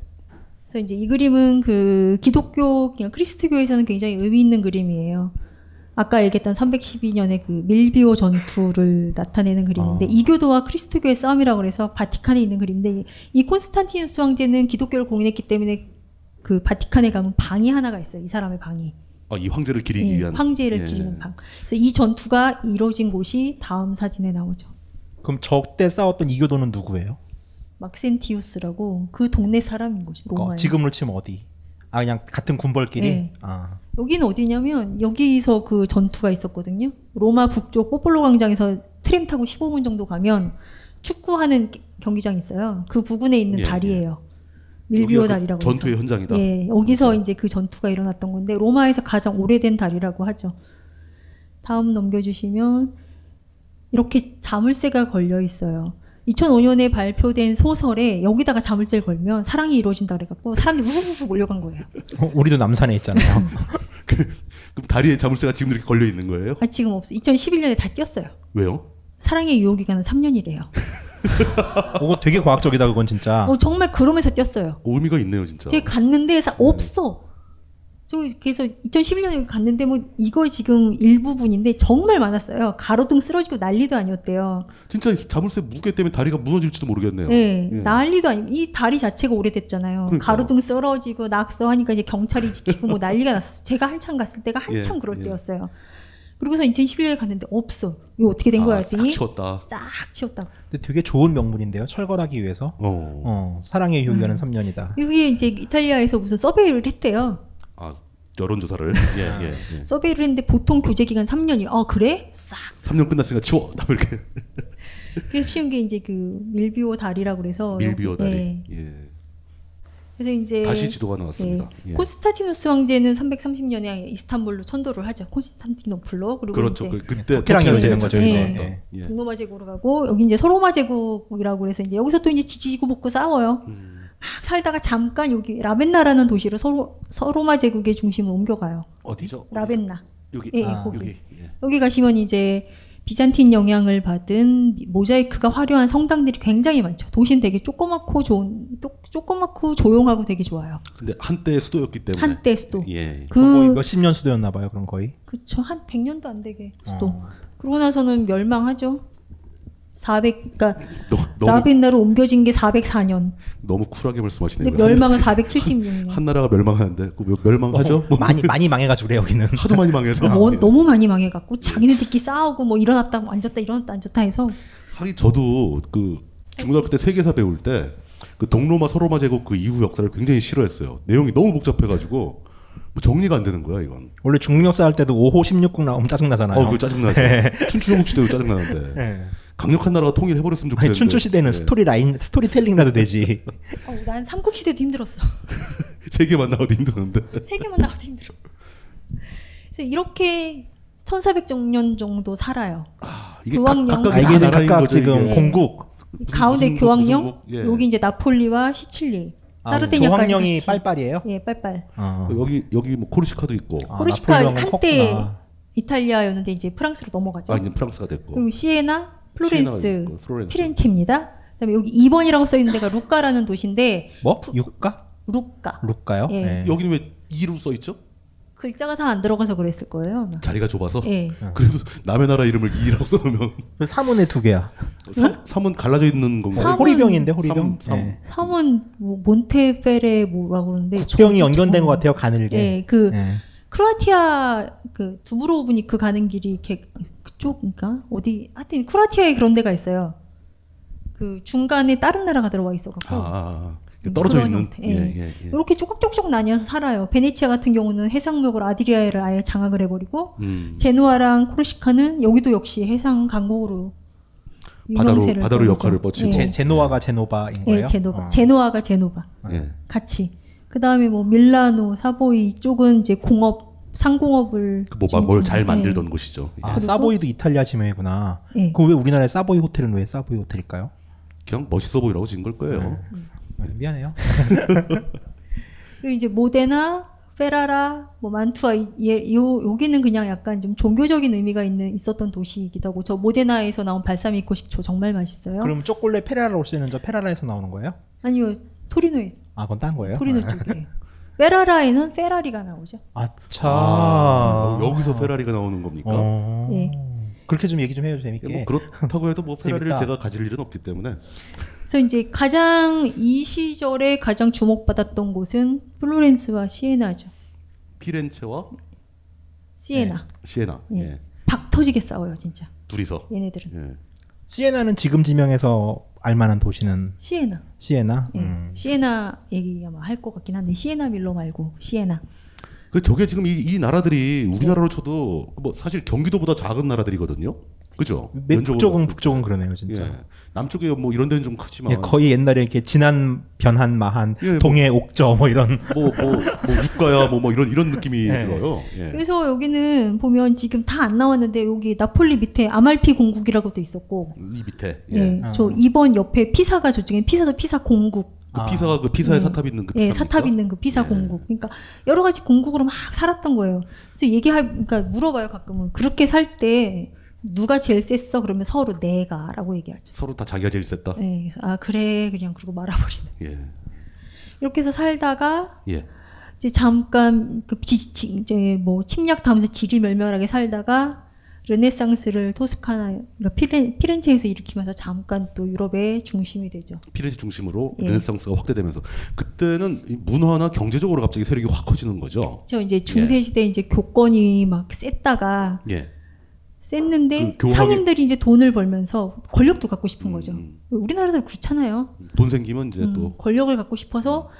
Speaker 9: 그래서 이제 이 그림은 그 기독교 그냥 크리스트교에서는 굉장히 의미 있는 그림이에요. 아까 얘기했던 312년의 그 밀비오 전투를 나타내는 그림인데
Speaker 16: 아.
Speaker 9: 이교도와 크리스트교의 싸움이라고 그래서 바티칸에 있는 그림인데 이 콘스탄티누스 황제는 기독교를 공인했기 때문에 그 바티칸에 가면 방이 하나가 있어요. 이 사람의 방이.
Speaker 8: 아, 이 황제를 기리기
Speaker 9: 예,
Speaker 8: 위한
Speaker 9: 황제를
Speaker 8: 예.
Speaker 9: 기리는 방. 그래서 이 전투가 이루어진 곳이 다음 사진에 나오죠.
Speaker 10: 그럼 적대 싸웠던 이교도는 누구예요?
Speaker 9: 막센티우스라고 그 동네 사람인 거죠. 로마에.
Speaker 10: 어, 지금으로 치면 어디? 아 그냥 같은 군벌끼리.
Speaker 9: 뭐 네.
Speaker 10: 아
Speaker 9: 여기는 어디냐면 여기서 그 전투가 있었거든요. 로마 북쪽 뽀폴로 광장에서 트램 타고 15분 정도 가면 축구하는 기- 경기장이 있어요. 그 부근에 있는
Speaker 8: 예,
Speaker 9: 다리예요. 밀비오
Speaker 8: 여기가 그
Speaker 9: 다리라고
Speaker 8: 전투의
Speaker 9: 해서.
Speaker 8: 현장이다. 음.
Speaker 9: 예, 여기서 이제 그 전투가 일어났던 건데 로마에서 가장 오래된 다리라고 하죠. 다음 넘겨주시면 이렇게 자물쇠가 걸려 있어요. 2005년에 발표된 소설에 여기다가 자물쇠를 걸면 사랑이 이루어진다 그래갖고 사람들이 우후후후 몰려간 거예요.
Speaker 10: 어, 우리도 남산에 있잖아요.
Speaker 9: 음.
Speaker 8: 그럼 다리에 자물쇠가 지금 이렇게 걸려 있는 거예요?
Speaker 9: 아, 지금 없어. 2011년에 다 꼈어요.
Speaker 8: 왜요?
Speaker 9: 사랑의 유효 기간은 3년이래요.
Speaker 10: 그거 되게 과학적이다 그건
Speaker 16: 아.
Speaker 10: 진짜.
Speaker 9: 어, 정말 그러면서 뛰었어요.
Speaker 8: 의미가 있네요 진짜.
Speaker 9: 이게 갔는데 사- 없어. 저 그래서 2011년에 갔는데 뭐 이거 지금 일부분인데 정말 많았어요. 가로등 쓰러지고 난리도 아니었대요.
Speaker 16: 진짜 이 자물쇠 무게 때문에 다리가 무너질지도 모르겠네요.
Speaker 9: 네,
Speaker 16: 예.
Speaker 9: 난리도 아니고 이 다리 자체가 오래됐잖아요.
Speaker 16: 그러니까.
Speaker 9: 가로등 쓰러지고 낙서하니까 이제 경찰이 지키고 뭐 난리가 났어. 제가 한참 갔을 때가 한참
Speaker 16: 예,
Speaker 9: 그럴
Speaker 16: 예.
Speaker 9: 때였어요. 그러고서 2011년에 갔는데 없어. 이거 어떻게 된 거야
Speaker 10: 아,
Speaker 9: 했더니
Speaker 10: 싹 치웠다.
Speaker 9: 싹 치웠다.
Speaker 10: 근데 되게 좋은 명분인데요. 철거하기 위해서.
Speaker 8: 어.
Speaker 10: 사랑의 유효기간은
Speaker 9: 음.
Speaker 10: 3년이다.
Speaker 9: 이게 이제 이탈리아에서 무슨 서베이를 했대요.
Speaker 8: 아 여론 조사를 예, 예, 예.
Speaker 9: 서베이를 했는데 보통 교제 기간 3년이. 아 그래? 싹.
Speaker 8: 3년 끝났으니까 치워. 그 나 이렇게
Speaker 9: 그래서 쉬운 게 이제 그 밀비오 다리라고 그래서
Speaker 8: 밀비오 다리.
Speaker 9: 네.
Speaker 8: 예.
Speaker 9: 그래서 이제
Speaker 8: 다시 지도가 나왔습니다.
Speaker 9: 네.
Speaker 8: 예.
Speaker 9: 콘스타티누스 황제는 330년에 이스탄불로 천도를 하죠. 콘스탄티노플로 그리고
Speaker 8: 그렇죠.
Speaker 9: 이제 네.
Speaker 8: 그- 그때
Speaker 10: 터키랑
Speaker 8: 터키를
Speaker 10: 이어지는 거죠,
Speaker 8: 제일
Speaker 10: 이제.
Speaker 8: 좋아했던.
Speaker 10: 예.
Speaker 8: 예.
Speaker 9: 동로마 제국으로 가고 여기 이제 서로마 제국이라고 그래서 이제 여기서 또 이제 지지고 볶고 싸워요.
Speaker 8: 음.
Speaker 9: 막 살다가 잠깐 여기 라벤나라는 도시로 서로 서로마 제국의 중심을 옮겨가요.
Speaker 16: 어디죠?
Speaker 9: 라벤나.
Speaker 16: 여기.
Speaker 9: 예,
Speaker 16: 아,
Speaker 9: 거기.
Speaker 16: 여기. 예.
Speaker 9: 여기 가시면 이제 비잔틴 영향을 받은 모자이크가 화려한 성당들이 굉장히 많죠. 도시는 되게 조그맣고 좋은 또- 조그맣고 조용하고 되게 좋아요.
Speaker 8: 근데 한때 수도였기 때문에
Speaker 9: 한때 수도.
Speaker 8: 네, 예.
Speaker 9: 그- 거의
Speaker 10: 몇십 년 수도였나 봐요. 그럼 거의.
Speaker 9: 그쵸 한 100년도 안 되게 수도.
Speaker 10: 어.
Speaker 9: 그러고 나서는 멸망하죠. 400 그러니까
Speaker 8: 너무-
Speaker 9: 라빈나로 옮겨진 게 404년.
Speaker 8: 너무 쿨하게 말씀하시네요.
Speaker 9: 근데 멸망은
Speaker 8: 한,
Speaker 9: 476년.
Speaker 8: 한 나라가 멸망하는데 그 멸망하죠?
Speaker 10: 어. 많이 많이 망해가지고 그래 여기는.
Speaker 8: 하도 많이 망해서.
Speaker 9: 뭐, 너무 많이 망해갖고 자기네들끼리 싸우고 뭐 일어났다 뭐 앉았다 일어났다 앉았다 해서
Speaker 8: 예. 하긴 저도 그 중고등학교 때 세계사 배울 때 그 동로마 서로마 제국 그 이후 역사를 굉장히 싫어했어요. 내용이 너무 복잡해가지고 뭐 정리가 안 되는 거야 이건.
Speaker 10: 원래 중력사 할 때도 5호 16국 나오면 짜증 나잖아요.
Speaker 8: 어, 그 짜증나죠. 춘추전국 시대도 짜증나는데.
Speaker 10: 네.
Speaker 8: 강력한 나라가 통일해버렸으면 좋겠는데.
Speaker 10: 아니 춘추 시대는
Speaker 8: 예.
Speaker 10: 스토리 라인 스토리텔링이라도 되지.
Speaker 9: 어, 난 삼국시대도 힘들었어.
Speaker 8: 세계 만나도 힘드는데.
Speaker 9: 세 개만 나와도 힘들어. 그래서 이렇게 1400년 정도 살아요.
Speaker 8: 이게
Speaker 9: 교황령.
Speaker 8: 각- 각각의
Speaker 10: 아, 이게
Speaker 8: 다 나라인
Speaker 10: 각각
Speaker 8: 거죠,
Speaker 10: 지금
Speaker 8: 이게.
Speaker 10: 공국.
Speaker 9: 가운데
Speaker 8: 무슨
Speaker 9: 교황령
Speaker 8: 국, 무슨 국? 예.
Speaker 9: 여기 이제 나폴리와 시칠리
Speaker 8: 아,
Speaker 9: 사르데냐까지
Speaker 8: 교황령이
Speaker 9: 같이.
Speaker 10: 뭐 빨빨이에요? 어.
Speaker 9: 예, 빨빨.
Speaker 8: 여기 여기 뭐 코르시카도 있고.
Speaker 10: 아,
Speaker 9: 코르시카 한때 이탈리아였는데 이제 프랑스로 넘어가죠.
Speaker 8: 아 이제 프랑스가 됐고.
Speaker 9: 그리고 시에나,
Speaker 8: 시에나가
Speaker 9: 플로렌스,
Speaker 8: 있고, 플로렌스.
Speaker 9: 피렌체입니다. 그다음에 여기 2번이라고 써 있는 데가 루카라는 도시인데
Speaker 10: 뭐? 육가?
Speaker 9: 루카
Speaker 10: 루카요?
Speaker 9: 예.
Speaker 8: 여기는 왜 이로 써 있죠?
Speaker 9: 글자가 다 안 들어가서 그랬을 거예요. 아마.
Speaker 8: 자리가 좁아서.
Speaker 9: 예.
Speaker 8: 그래도 남의 나라 이름을 이라고 써놓으면.
Speaker 10: 그 사문에 두 개야. 뭐
Speaker 8: 삼 삼은 갈라져 있는 건가요?
Speaker 9: 네? 삼은- 호리병인데,
Speaker 10: 호리병?
Speaker 8: 삼, 삼.
Speaker 10: 예.
Speaker 9: 섬은 뭐 몬테페레 뭐라고 그러는데
Speaker 10: 병이 연결된 것 같아요 가늘게.
Speaker 9: 네, 예, 그
Speaker 10: 예.
Speaker 9: 크로아티아 그 두브로브니크 가는 길이 이렇게 그쪽인가 그러니까 어디 하여튼 크로아티아에 그런 데가 있어요. 그 중간에 다른 나라가 들어와 있어갖고
Speaker 8: 아, 아, 아. 떨어져
Speaker 9: 그런
Speaker 8: 있는.
Speaker 9: 형태.
Speaker 8: 예, 예, 예.
Speaker 9: 이렇게 조각조각 나뉘어서 살아요. 베네치아 같은 경우는 해상역으로 아드리아를 아예 장악을 해버리고
Speaker 8: 음.
Speaker 9: 제노아랑 코르시카는 여기도 역시 해상 강국으로
Speaker 10: 바다로-
Speaker 9: 유명세를
Speaker 10: 바다로
Speaker 9: 떨치죠.
Speaker 10: 역할을 뻗치고. 제- 제노아가 제노바인
Speaker 9: 예,
Speaker 10: 거예요?
Speaker 9: 제노바.
Speaker 10: 어.
Speaker 9: 제노아가 제노바.
Speaker 8: 예.
Speaker 9: 같이. 그 다음에 뭐 밀라노, 사보이 이쪽은 이제 공업, 상공업을
Speaker 10: 그
Speaker 8: 그 뭐가
Speaker 9: 좀
Speaker 8: 뭘잘
Speaker 9: 참-
Speaker 8: 만들던
Speaker 9: 예.
Speaker 8: 곳이죠. 예.
Speaker 10: 아, 사보이도 이탈리아 지명이구나.
Speaker 9: 예.
Speaker 10: 그왜 우리나라의 사보이 호텔은 왜 사보이 호텔일까요? 네.
Speaker 8: 그냥 멋있어 보이라고 지은 걸 거예요.
Speaker 10: 미안해요.
Speaker 9: 그리고 이제 모데나, 페라라, 뭐 만투아 이, 예, 요 여기는 그냥 약간 좀 종교적인 의미가 있는 있었던 도시이기도 하고 저 모데나에서 나온 발사미코 식초 정말 맛있어요.
Speaker 10: 그럼 초콜릿 페라라 올스는 저 페라라에서 나오는 거예요?
Speaker 9: 아니요 토리노에 있어요.
Speaker 10: 아 그건 딴 거예요?
Speaker 9: 토리노 쪽에. 페라라에는 페라리가 나오죠.
Speaker 10: 아차.
Speaker 8: 아, 여기서 페라리가 나오는 겁니까?
Speaker 10: 어.
Speaker 9: 예.
Speaker 10: 그렇게 좀 얘기 좀 해요 재밌게.
Speaker 8: 뭐 그렇다고 해도 뭐 페라리를
Speaker 10: 재밌다.
Speaker 8: 제가 가질 일은 없기 때문에
Speaker 9: 그래서 이제 가장 이 시절에 가장 주목받았던 곳은 플로렌스와 시에나죠.
Speaker 8: 피렌체와
Speaker 9: 시에나.
Speaker 10: 네.
Speaker 8: 시에나
Speaker 9: 예. 박 터지게 싸워요 진짜.
Speaker 8: 둘이서. 예.
Speaker 9: 얘네들은.
Speaker 10: 시에나는 지금 지명에서 알만한 도시는
Speaker 9: 시에나.
Speaker 10: 시에나.
Speaker 9: 예.
Speaker 10: 음.
Speaker 9: 시에나 얘기 아마 할 것 같긴 한데 시에나 밀로 말고 시에나.
Speaker 8: 그 저게 지금 이, 이 나라들이 우리나라로 쳐도 뭐 사실 경기도보다 작은 나라들이거든요. 그죠?
Speaker 10: 맨
Speaker 8: 면적으로
Speaker 10: 북쪽은
Speaker 8: 봤을
Speaker 10: 북쪽은 그러네요 진짜.
Speaker 8: 때. 남쪽에 뭐 이런 데는 좀 크지만
Speaker 10: 예, 거의 옛날에 이렇게 진한 변한 마한
Speaker 8: 뭐-
Speaker 10: 동해 옥저 뭐 이런
Speaker 8: 뭐 뭐 뭐 육가야 뭐 뭐 이런 이런 느낌이
Speaker 10: 예.
Speaker 8: 들어요. 예.
Speaker 9: 그래서 여기는 보면 지금 다 안 나왔는데 여기 나폴리 밑에 아말피 공국이라고도 있었고.
Speaker 8: 이 밑에.
Speaker 9: 예. 저 2번 옆에 피사가 저쪽에 피사도 피사 공국.
Speaker 8: 그 피사가 그 피사에 사탑 있는 그
Speaker 9: 예,
Speaker 8: 피사입니까?
Speaker 9: 사탑 있는 그 피사 공국. 그러니까 여러 가지 공국으로 막 살았던 거예요. 그래서 얘기할, 그러니까 물어봐요 가끔은 그렇게 살 때 누가 제일 셌어? 그러면 서로 내가라고 얘기하죠.
Speaker 8: 서로 다 자기가 제일 셌다.
Speaker 9: 예, 그래서 아 그래 그냥 그러고 말아버리는.
Speaker 8: 예.
Speaker 9: 이렇게 해서 살다가
Speaker 8: 예.
Speaker 9: 이제 잠깐 그 지, 지, 이제 뭐 침략 당하면서 지리멸멸하게 살다가 르네상스를 토스카나 그러니까 피렌, 피렌체에서 일으키면서 잠깐 또 유럽의 중심이 되죠.
Speaker 8: 피렌체 중심으로
Speaker 9: 예.
Speaker 8: 르네상스가 확대되면서 그때는 이 문화나 경제적으로 갑자기 세력이 확 커지는 거죠.
Speaker 9: 저 그렇죠. 이제 중세 시대 이제 교권이 막 셌다가
Speaker 8: 예. 예.
Speaker 9: 셌는데
Speaker 8: 그 교황이-
Speaker 9: 상인들이 이제 돈을 벌면서 권력도 갖고 싶은 거죠. 우리나라도 그렇잖아요.
Speaker 8: 음, 돈 생기면 이제
Speaker 9: 음,
Speaker 8: 또
Speaker 9: 권력을 갖고 싶어서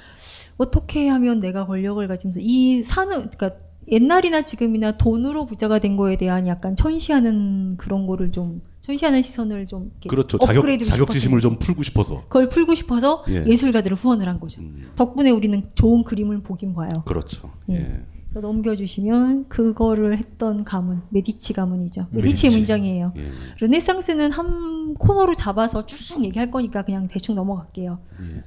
Speaker 9: 어떻게 하면 내가 권력을 가지면서 이 산업 그러니까 옛날이나 지금이나 돈으로 부자가 된 거에 대한 약간 천시하는 그런 거를 좀 천시하는 시선을 좀 이렇게
Speaker 8: 그렇죠. 자격
Speaker 9: 예. 업그레이드를
Speaker 8: 자격지심을
Speaker 9: 싶어서
Speaker 8: 좀 풀고 싶어서.
Speaker 9: 그걸 풀고 싶어서
Speaker 8: 예.
Speaker 9: 예. 술가들을 후원을 한 거죠. 덕분에 우리는 좋은 그림을 보긴 봐요.
Speaker 8: 그렇죠.
Speaker 9: 예. 그래서 넘겨주시면 그거를 했던 가문 메디치 가문이죠. 메디치의
Speaker 8: 메디치.
Speaker 9: 문장이에요. 르네상스는 한 코너로 잡아서 쭉 얘기할 거니까 그냥 대충 넘어갈게요.
Speaker 8: 예.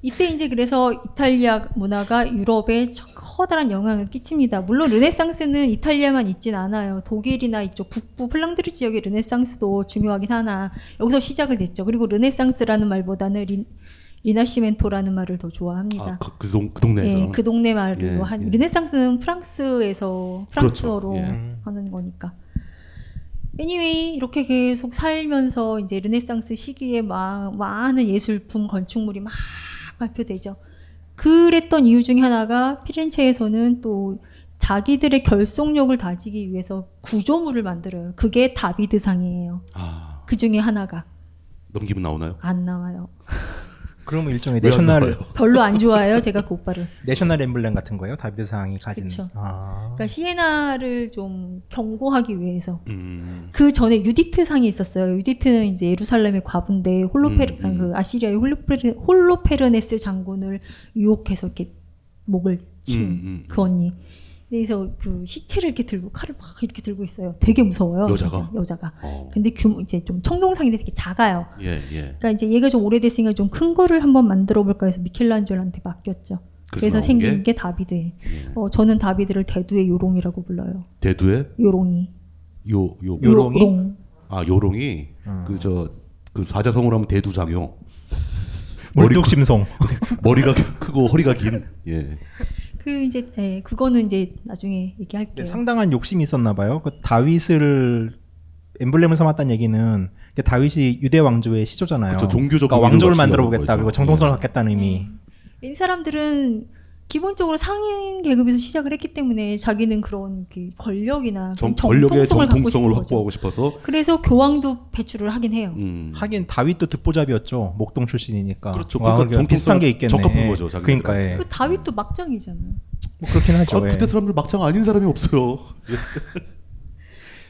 Speaker 9: 이때 이제 그래서 이탈리아 문화가 유럽에 커다란 영향을 끼칩니다. 물론 르네상스는 이탈리아만 있진 않아요. 독일이나 이쪽 북부 플랑드르 지역의 르네상스도 중요하긴 하나 여기서 시작을 냈죠. 그리고 르네상스라는 말보다는 리, 리나시멘토라는 말을 더 좋아합니다.
Speaker 8: 그, 그, 동, 그 동네에서.
Speaker 9: 예, 그 동네 말로
Speaker 8: 예,
Speaker 9: 한
Speaker 8: 예.
Speaker 9: 르네상스는 프랑스에서 프랑스어로
Speaker 8: 그렇죠. 예.
Speaker 9: 하는 거니까. anyway 이렇게 계속 살면서 이제 르네상스 시기에 막 많은 예술품 건축물이 막 발표되죠. 그랬던 이유 중에 하나가 피렌체에서는 또 자기들의 결속력을 다지기 위해서 구조물을 만들어요. 그게 다비드상이에요. 그 중에 하나가
Speaker 8: 아, 넘기면 나오나요?
Speaker 9: 안 나와요.
Speaker 10: 그러면 일종의
Speaker 8: 왜안
Speaker 10: 내셔널
Speaker 8: 나와요?
Speaker 9: 별로 안 좋아해요. 제가 그 오빠를.
Speaker 10: 내셔널 엠블렘 같은 거예요. 다비드 상이 가진.
Speaker 9: 그쵸.
Speaker 10: 아.
Speaker 9: 그러니까 시에나를 좀 경고하기 위해서
Speaker 8: 음.
Speaker 9: 그 전에 유디트 상이 있었어요. 유디트는 이제 예루살렘의 과부인데 홀로페르
Speaker 8: 음,
Speaker 9: 아니, 그 아시리아의 홀로페르, 홀로페르네스 장군을 유혹해서 이렇게 목을 친 그
Speaker 8: 음, 음.
Speaker 9: 언니. 그래서 그 시체를 이렇게 들고 칼을 막 이렇게 들고 있어요. 되게 무서워요.
Speaker 8: 여자가?
Speaker 9: 진짜, 여자가.
Speaker 8: 어.
Speaker 9: 근데 규모 이제 좀 청동상인데 되게 작아요.
Speaker 8: 예, 예.
Speaker 9: 그러니까 이제 얘가 좀 오래됐으니까 좀 큰 거를 한번 만들어 볼까 해서 미켈란젤로한테 맡겼죠.
Speaker 8: 그래서
Speaker 9: 그래서
Speaker 8: 나온
Speaker 9: 생긴
Speaker 8: 게?
Speaker 9: 게, 다비드예요. 어, 저는 다비드를 대두의 요롱이라고 불러요.
Speaker 8: 대두에
Speaker 9: 요롱이.
Speaker 8: 요, 요.
Speaker 9: 요롱이? 요롱.
Speaker 8: 아, 요롱이. 그, 저, 그 사자성어로 하면 대두장요.
Speaker 10: 물뚝심송.
Speaker 8: 머리가 크고 허리가 긴. 예.
Speaker 9: 그 이제 예, 그거는 이제 나중에 얘기할게요.
Speaker 8: 예. 네,
Speaker 10: 근데 네, 상당한 욕심이 있었나 봐요. 그 다윗을 엠블렘을 삼았다는 얘기는 그 다윗이 유대 왕조의 시조잖아요.
Speaker 8: 그쵸, 종교적
Speaker 10: 그러니까
Speaker 8: 의미를 예. 음.
Speaker 10: 왕조를
Speaker 8: 갖추려고
Speaker 10: 만들어
Speaker 8: 그런
Speaker 10: 보겠다.
Speaker 8: 거죠.
Speaker 10: 그리고 정통성을 갖겠다는 의미.
Speaker 9: 이 사람들은 기본적으로 상인 계급에서 시작을 했기 때문에 자기는 그런 그 권력이나
Speaker 8: 정,
Speaker 9: 그런
Speaker 8: 권력의
Speaker 9: 정통성을 갖고 싶은
Speaker 8: 정통성을
Speaker 9: 거죠.
Speaker 8: 확보하고 싶어서. 음.
Speaker 9: 그래서 교황도 배출을 하긴 해요.
Speaker 10: 하긴 다윗도 듣보잡이었죠. 목동 출신이니까.
Speaker 8: 그렇죠.
Speaker 10: 왕을
Speaker 8: 그러니까
Speaker 10: 위한 비슷한 게 있겠네.
Speaker 8: 정통성을 적합한 거죠, 자기들한테.
Speaker 10: 그러니까 예. 뭐
Speaker 9: 그 다윗도 막장이잖아요.
Speaker 10: 그렇긴 하죠. 예.
Speaker 8: 아, 그때 사람들 막장 아닌 사람이 없어요.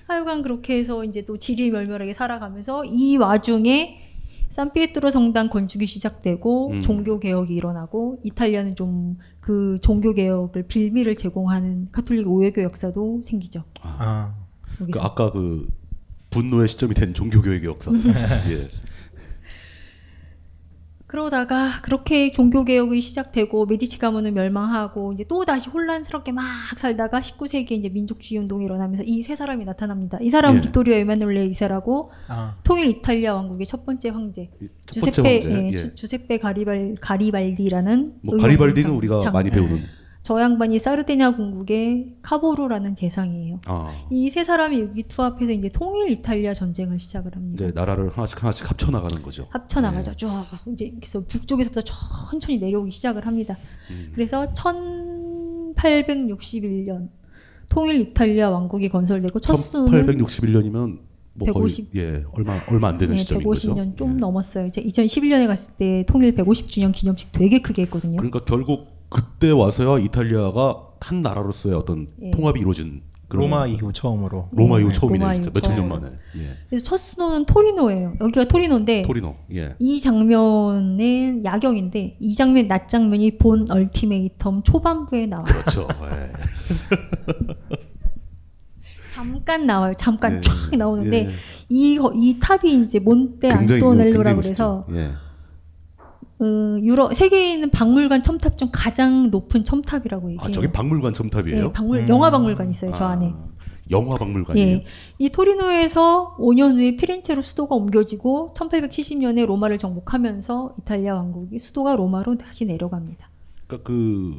Speaker 9: 하여간 그렇게 해서 이제 또 지리멸멸하게 살아가면서 이 와중에 산피에트로 성당 건축이 시작되고
Speaker 8: 음.
Speaker 9: 종교 개혁이 일어나고 이탈리아는 좀 그 종교 개혁을 빌미를 제공하는 카톨릭 오해교 역사도 생기죠.
Speaker 10: 아.
Speaker 8: 그 아까 그
Speaker 9: 음.
Speaker 8: 분노의 시점이 된 종교교육의 역사. 예.
Speaker 9: 그러다가 그렇게 종교 개혁이 시작되고 메디치 가문은 멸망하고 이제 또 다시 혼란스럽게 막 살다가 19세기에 이제 민족주의 운동이 일어나면서 이 세 사람이 나타납니다. 이 사람은
Speaker 8: 예.
Speaker 9: 비토리오 에마누엘레 2세라고
Speaker 10: 아.
Speaker 9: 통일 이탈리아 왕국의 첫 번째 황제.
Speaker 8: 첫 번째 황제, 예.
Speaker 9: 주- 주세페 가리발 가리발디라는
Speaker 8: 뭐
Speaker 9: 의용
Speaker 8: 가리발디는
Speaker 9: 장-
Speaker 8: 우리가
Speaker 9: 장- 네.
Speaker 8: 많이 배우는.
Speaker 9: 저 양반이 사르데냐 공국의 카보루라는 재상이에요.
Speaker 8: 아.
Speaker 9: 이 세 사람이 유기투합해서 이제 통일 이탈리아 전쟁을 시작을 합니다.
Speaker 8: 이제 네, 나라를 네. 하나씩 하나씩 합쳐 나가는 거죠.
Speaker 9: 합쳐 나가죠. 쭉 이제 그래서 북쪽에서부터 천천히 내려오기 시작을 합니다.
Speaker 8: 음.
Speaker 9: 그래서 1861년 통일 이탈리아 왕국이 건설되고 첫 수는
Speaker 8: 1861년이면 뭐 거의
Speaker 9: 150.
Speaker 8: 예 얼마 얼마 안 되는
Speaker 9: 네,
Speaker 8: 시점인 거죠. 예.
Speaker 9: 150년 좀 넘었어요. 이제 2011년에 갔을 때 통일 150주년 기념식 되게 크게 했거든요.
Speaker 8: 그러니까 결국 그때 와서야 이탈리아가 한 나라로서의 어떤
Speaker 9: 예.
Speaker 8: 통합이 이루어진 그런
Speaker 10: 로마 이후 처음으로.
Speaker 8: 로마 이후
Speaker 9: 네,
Speaker 8: 처음이네요.
Speaker 9: 로마
Speaker 8: 진짜
Speaker 9: 이후
Speaker 8: 몇천 년
Speaker 9: 처음으로.
Speaker 8: 만에. 예.
Speaker 9: 그래서 첫 수도는 토리노예요. 여기가 토리노인데
Speaker 8: 토리노. 예.
Speaker 9: 이 장면은 야경인데 이 장면 낮 장면이 본 얼티메이텀 초반부에 나와요.
Speaker 8: 그렇죠. 예.
Speaker 9: 잠깐 나와요. 잠깐
Speaker 8: 예.
Speaker 9: 촥 나오는데
Speaker 8: 예.
Speaker 9: 이, 거- 이 탑이 이제 몬테
Speaker 8: 굉장히 유-
Speaker 9: 안토넬로라
Speaker 8: 굉장히
Speaker 9: 그래서
Speaker 8: 멋있죠. 예.
Speaker 9: 어, 유럽 세계에 있는 박물관 첨탑 중 가장 높은 첨탑이라고 얘기해요.
Speaker 8: 아 저게 박물관 첨탑이에요?
Speaker 9: 예, 박물 영화 네, 박물관 있어요 저
Speaker 8: 아,
Speaker 9: 안에.
Speaker 8: 영화 박물관이에요.
Speaker 9: 예, 이 토리노에서 5년 후에 피렌체로 수도가 옮겨지고 1870년에 로마를 정복하면서 이탈리아 왕국이 수도가 로마로 다시 내려갑니다.
Speaker 8: 그러니까 그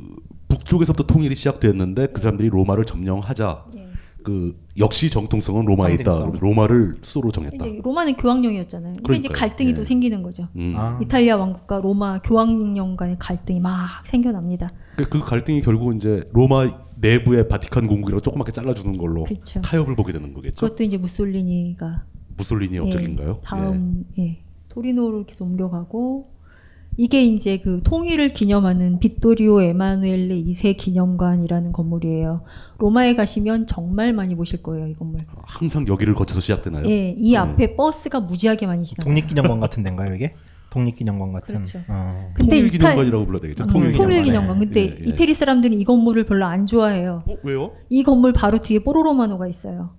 Speaker 8: 북쪽에서부터 통일이 시작됐는데 그 사람들이 로마를 점령하자
Speaker 9: 예.
Speaker 8: 그 역시 정통성은 로마에
Speaker 9: 상징성.
Speaker 8: 있다. 로마를 수도로 정했다.
Speaker 9: 이제 로마는 교황령이었잖아요. 그러니까 이제
Speaker 8: 그러니까요.
Speaker 9: 갈등이
Speaker 8: 예.
Speaker 9: 또 생기는 거죠.
Speaker 8: 음. 아.
Speaker 9: 이탈리아 왕국과 로마 교황령 간의 갈등이 막 생겨납니다.
Speaker 8: 그- 그 갈등이 결국 이제 로마 내부의 바티칸 공국이라고 조그맣게 잘라주는 걸로
Speaker 9: 그렇죠.
Speaker 8: 타협을 보게 되는 거겠죠.
Speaker 9: 그것도 이제 무솔리니가
Speaker 8: 무솔리니
Speaker 9: 예,
Speaker 8: 업적인가요?
Speaker 9: 다음 예. 토리노로 계속 옮겨가고 이게 이제 그 통일을 기념하는 빗토리오 에마누엘레 2세 기념관이라는 건물이에요. 로마에 가시면 정말 많이 보실 거예요, 이 건물.
Speaker 8: 항상 여기를 거쳐서 시작되나요?
Speaker 9: 예, 이 앞에 버스가 무지하게 많이 지나가요.
Speaker 10: 독립기념관 같은 데인가요 이게? 독립기념관 같은.
Speaker 9: 그렇죠.
Speaker 10: 어.
Speaker 8: 통일기념관이라고 불러야 되겠죠.
Speaker 10: 어,
Speaker 9: 음, 네, 통일 기념관. 근데
Speaker 10: 예, 예.
Speaker 9: 이태리 사람들은 이 건물을 별로 안 좋아해요.
Speaker 8: 어, 왜요?
Speaker 9: 이 건물 바로 뒤에 뽀로로마노가 있어요.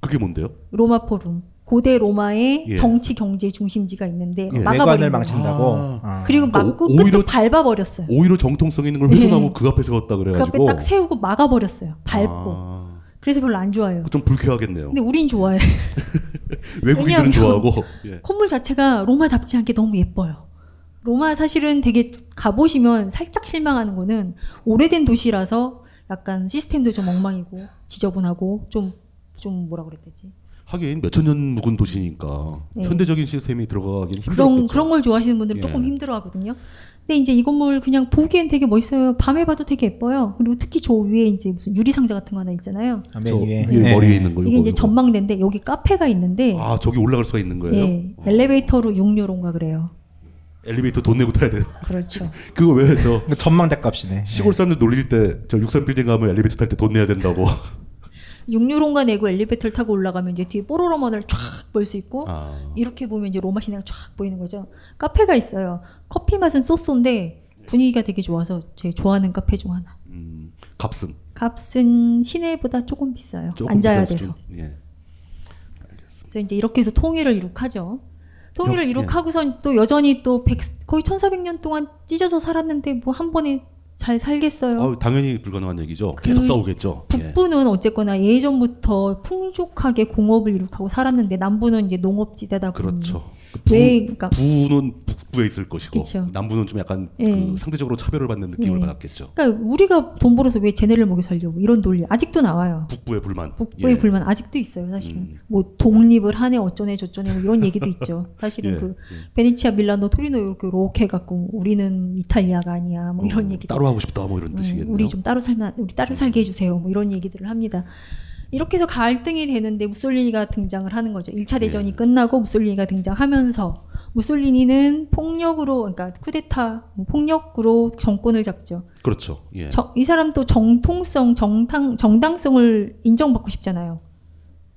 Speaker 8: 그게 뭔데요?
Speaker 9: 로마 포럼. 고대 로마의
Speaker 8: 예.
Speaker 9: 정치 경제 중심지가 있는데
Speaker 8: 예.
Speaker 10: 외관을
Speaker 9: 막아버린 거예요.
Speaker 10: 망친다고. 아,
Speaker 9: 그리고
Speaker 8: 그러니까
Speaker 9: 막고
Speaker 8: 오-
Speaker 9: 끝도 밟아버렸어요.
Speaker 8: 오히려 정통성 있는 걸 훼손하고
Speaker 9: 예.
Speaker 8: 그 앞에 세웠다
Speaker 9: 그 앞에
Speaker 8: 그래가지고
Speaker 9: 딱 세우고 막아버렸어요. 밟고.
Speaker 8: 아,
Speaker 9: 그래서 별로 안 좋아해요.
Speaker 8: 좀 불쾌하겠네요.
Speaker 9: 근데 우린 좋아해.
Speaker 8: 외국인들은
Speaker 9: 왜냐하면
Speaker 8: 좋아하고 예.
Speaker 9: 건물 자체가 로마답지 않게 너무 예뻐요. 로마 사실은 되게 가보시면 살짝 실망하는 거는 오래된 도시라서 약간 시스템도 좀 엉망이고 지저분하고 좀, 좀 뭐라 그랬야 되지?
Speaker 8: 하긴 몇천 년 묵은 도시니까
Speaker 9: 네.
Speaker 8: 현대적인 시스템이 들어가긴
Speaker 9: 그런,
Speaker 8: 힘들었겠죠.
Speaker 9: 그런 걸 좋아하시는 분들은
Speaker 8: 예.
Speaker 9: 조금 힘들어 하거든요. 근데 이제 이 건물 그냥 보기엔 되게 멋있어요. 밤에 봐도 되게 예뻐요. 그리고 특히 저 위에 이제 무슨 유리상자 같은 거 하나 있잖아요.
Speaker 10: 아,
Speaker 8: 저
Speaker 10: 위에. 네.
Speaker 8: 위에 그렇죠. 그 머리에 있는 걸
Speaker 9: 이게 이제 전망대인데 여기 카페가 있는데
Speaker 8: 아 저기 올라갈 수가 있는 거예요? 어,
Speaker 9: 예, 엘리베이터로 6유로인가 그래요.
Speaker 8: 엘리베이터 돈 내고 타야 돼요.
Speaker 9: 그렇죠.
Speaker 8: 그거 왜저
Speaker 10: 전망대 값이네.
Speaker 8: 시골 사람들 놀릴 때 저 육삼 빌딩 가면 엘리베이터 탈 때 돈 내야 된다고.
Speaker 9: 어? 6유로인가 내고 엘리베이터를 타고 올라가면 이제 뒤에 뽀로로만을 쫙 볼 수 있고
Speaker 8: 아.
Speaker 9: 이렇게 보면 이제 로마 시내가 쫙 보이는 거죠. 카페가 있어요. 커피 맛은 쏘쏘인데 분위기가 되게 좋아서 제 좋아하는 카페 중 하나.
Speaker 8: 음, 값은
Speaker 9: 값은 시내보다 조금 비싸요.
Speaker 8: 조금
Speaker 9: 앉아야
Speaker 8: 비싼
Speaker 9: 돼서.
Speaker 8: 수준. 예.
Speaker 9: 그래서 이제 이렇게 해서 통일을 이룩하죠. 통일을
Speaker 8: 역- 예.
Speaker 9: 이룩하고선 또 여전히 또 백, 거의 1,400년 동안 찢어서 살았는데 뭐 한 번에 잘 살겠어요.
Speaker 8: 아, 당연히 불가능한 얘기죠. 계속 싸우겠죠. 예.
Speaker 9: 북부는 어쨌거나 예전부터 풍족하게 공업을 이룩하고 살았는데 남부는 이제 농업지대다 보니
Speaker 8: 그렇죠. 그
Speaker 9: 왜 그러니까
Speaker 8: 부는 북부에 있을 것이고
Speaker 9: 그쵸.
Speaker 8: 남부는 좀 약간
Speaker 9: 예.
Speaker 8: 그 상대적으로 차별을 받는 느낌을
Speaker 9: 예.
Speaker 8: 받았겠죠.
Speaker 9: 그러니까 우리가 돈 벌어서 왜 쟤네를 먹여 살려고 이런 논리 아직도 나와요.
Speaker 8: 북부의 불만.
Speaker 9: 북부의
Speaker 8: 예. 음.
Speaker 9: 불만 아직도 있어요 사실은 뭐 독립을 하네 어쩌네 저쩌네 뭐 이런 얘기도 있죠 사실은
Speaker 8: 예,
Speaker 9: 그
Speaker 8: 예.
Speaker 9: 베네치아 밀라노 토리노 이렇게 이렇게 해갖고 우리는 이탈리아가 아니야 뭐 이런 얘기도
Speaker 8: 어, 음, 따로 하고 싶다 뭐 이런
Speaker 9: 음,
Speaker 8: 뜻이겠네요. 음.
Speaker 9: 우리 좀 따로 살면 우리 따로 살게 해주세요. 뭐 이런 얘기들을 합니다. 이렇게 해서 갈등이 되는데 무솔리니가 등장을 하는 거죠. 1차
Speaker 8: 예.
Speaker 9: 대전이 끝나고 무솔리니가 등장하면서 무솔리니는 폭력으로 그러니까 쿠데타 뭐 폭력으로 정권을 잡죠.
Speaker 8: 그렇죠. 예.
Speaker 9: 저- 이 사람도 정통성, 정당 정당성을 인정받고 싶잖아요.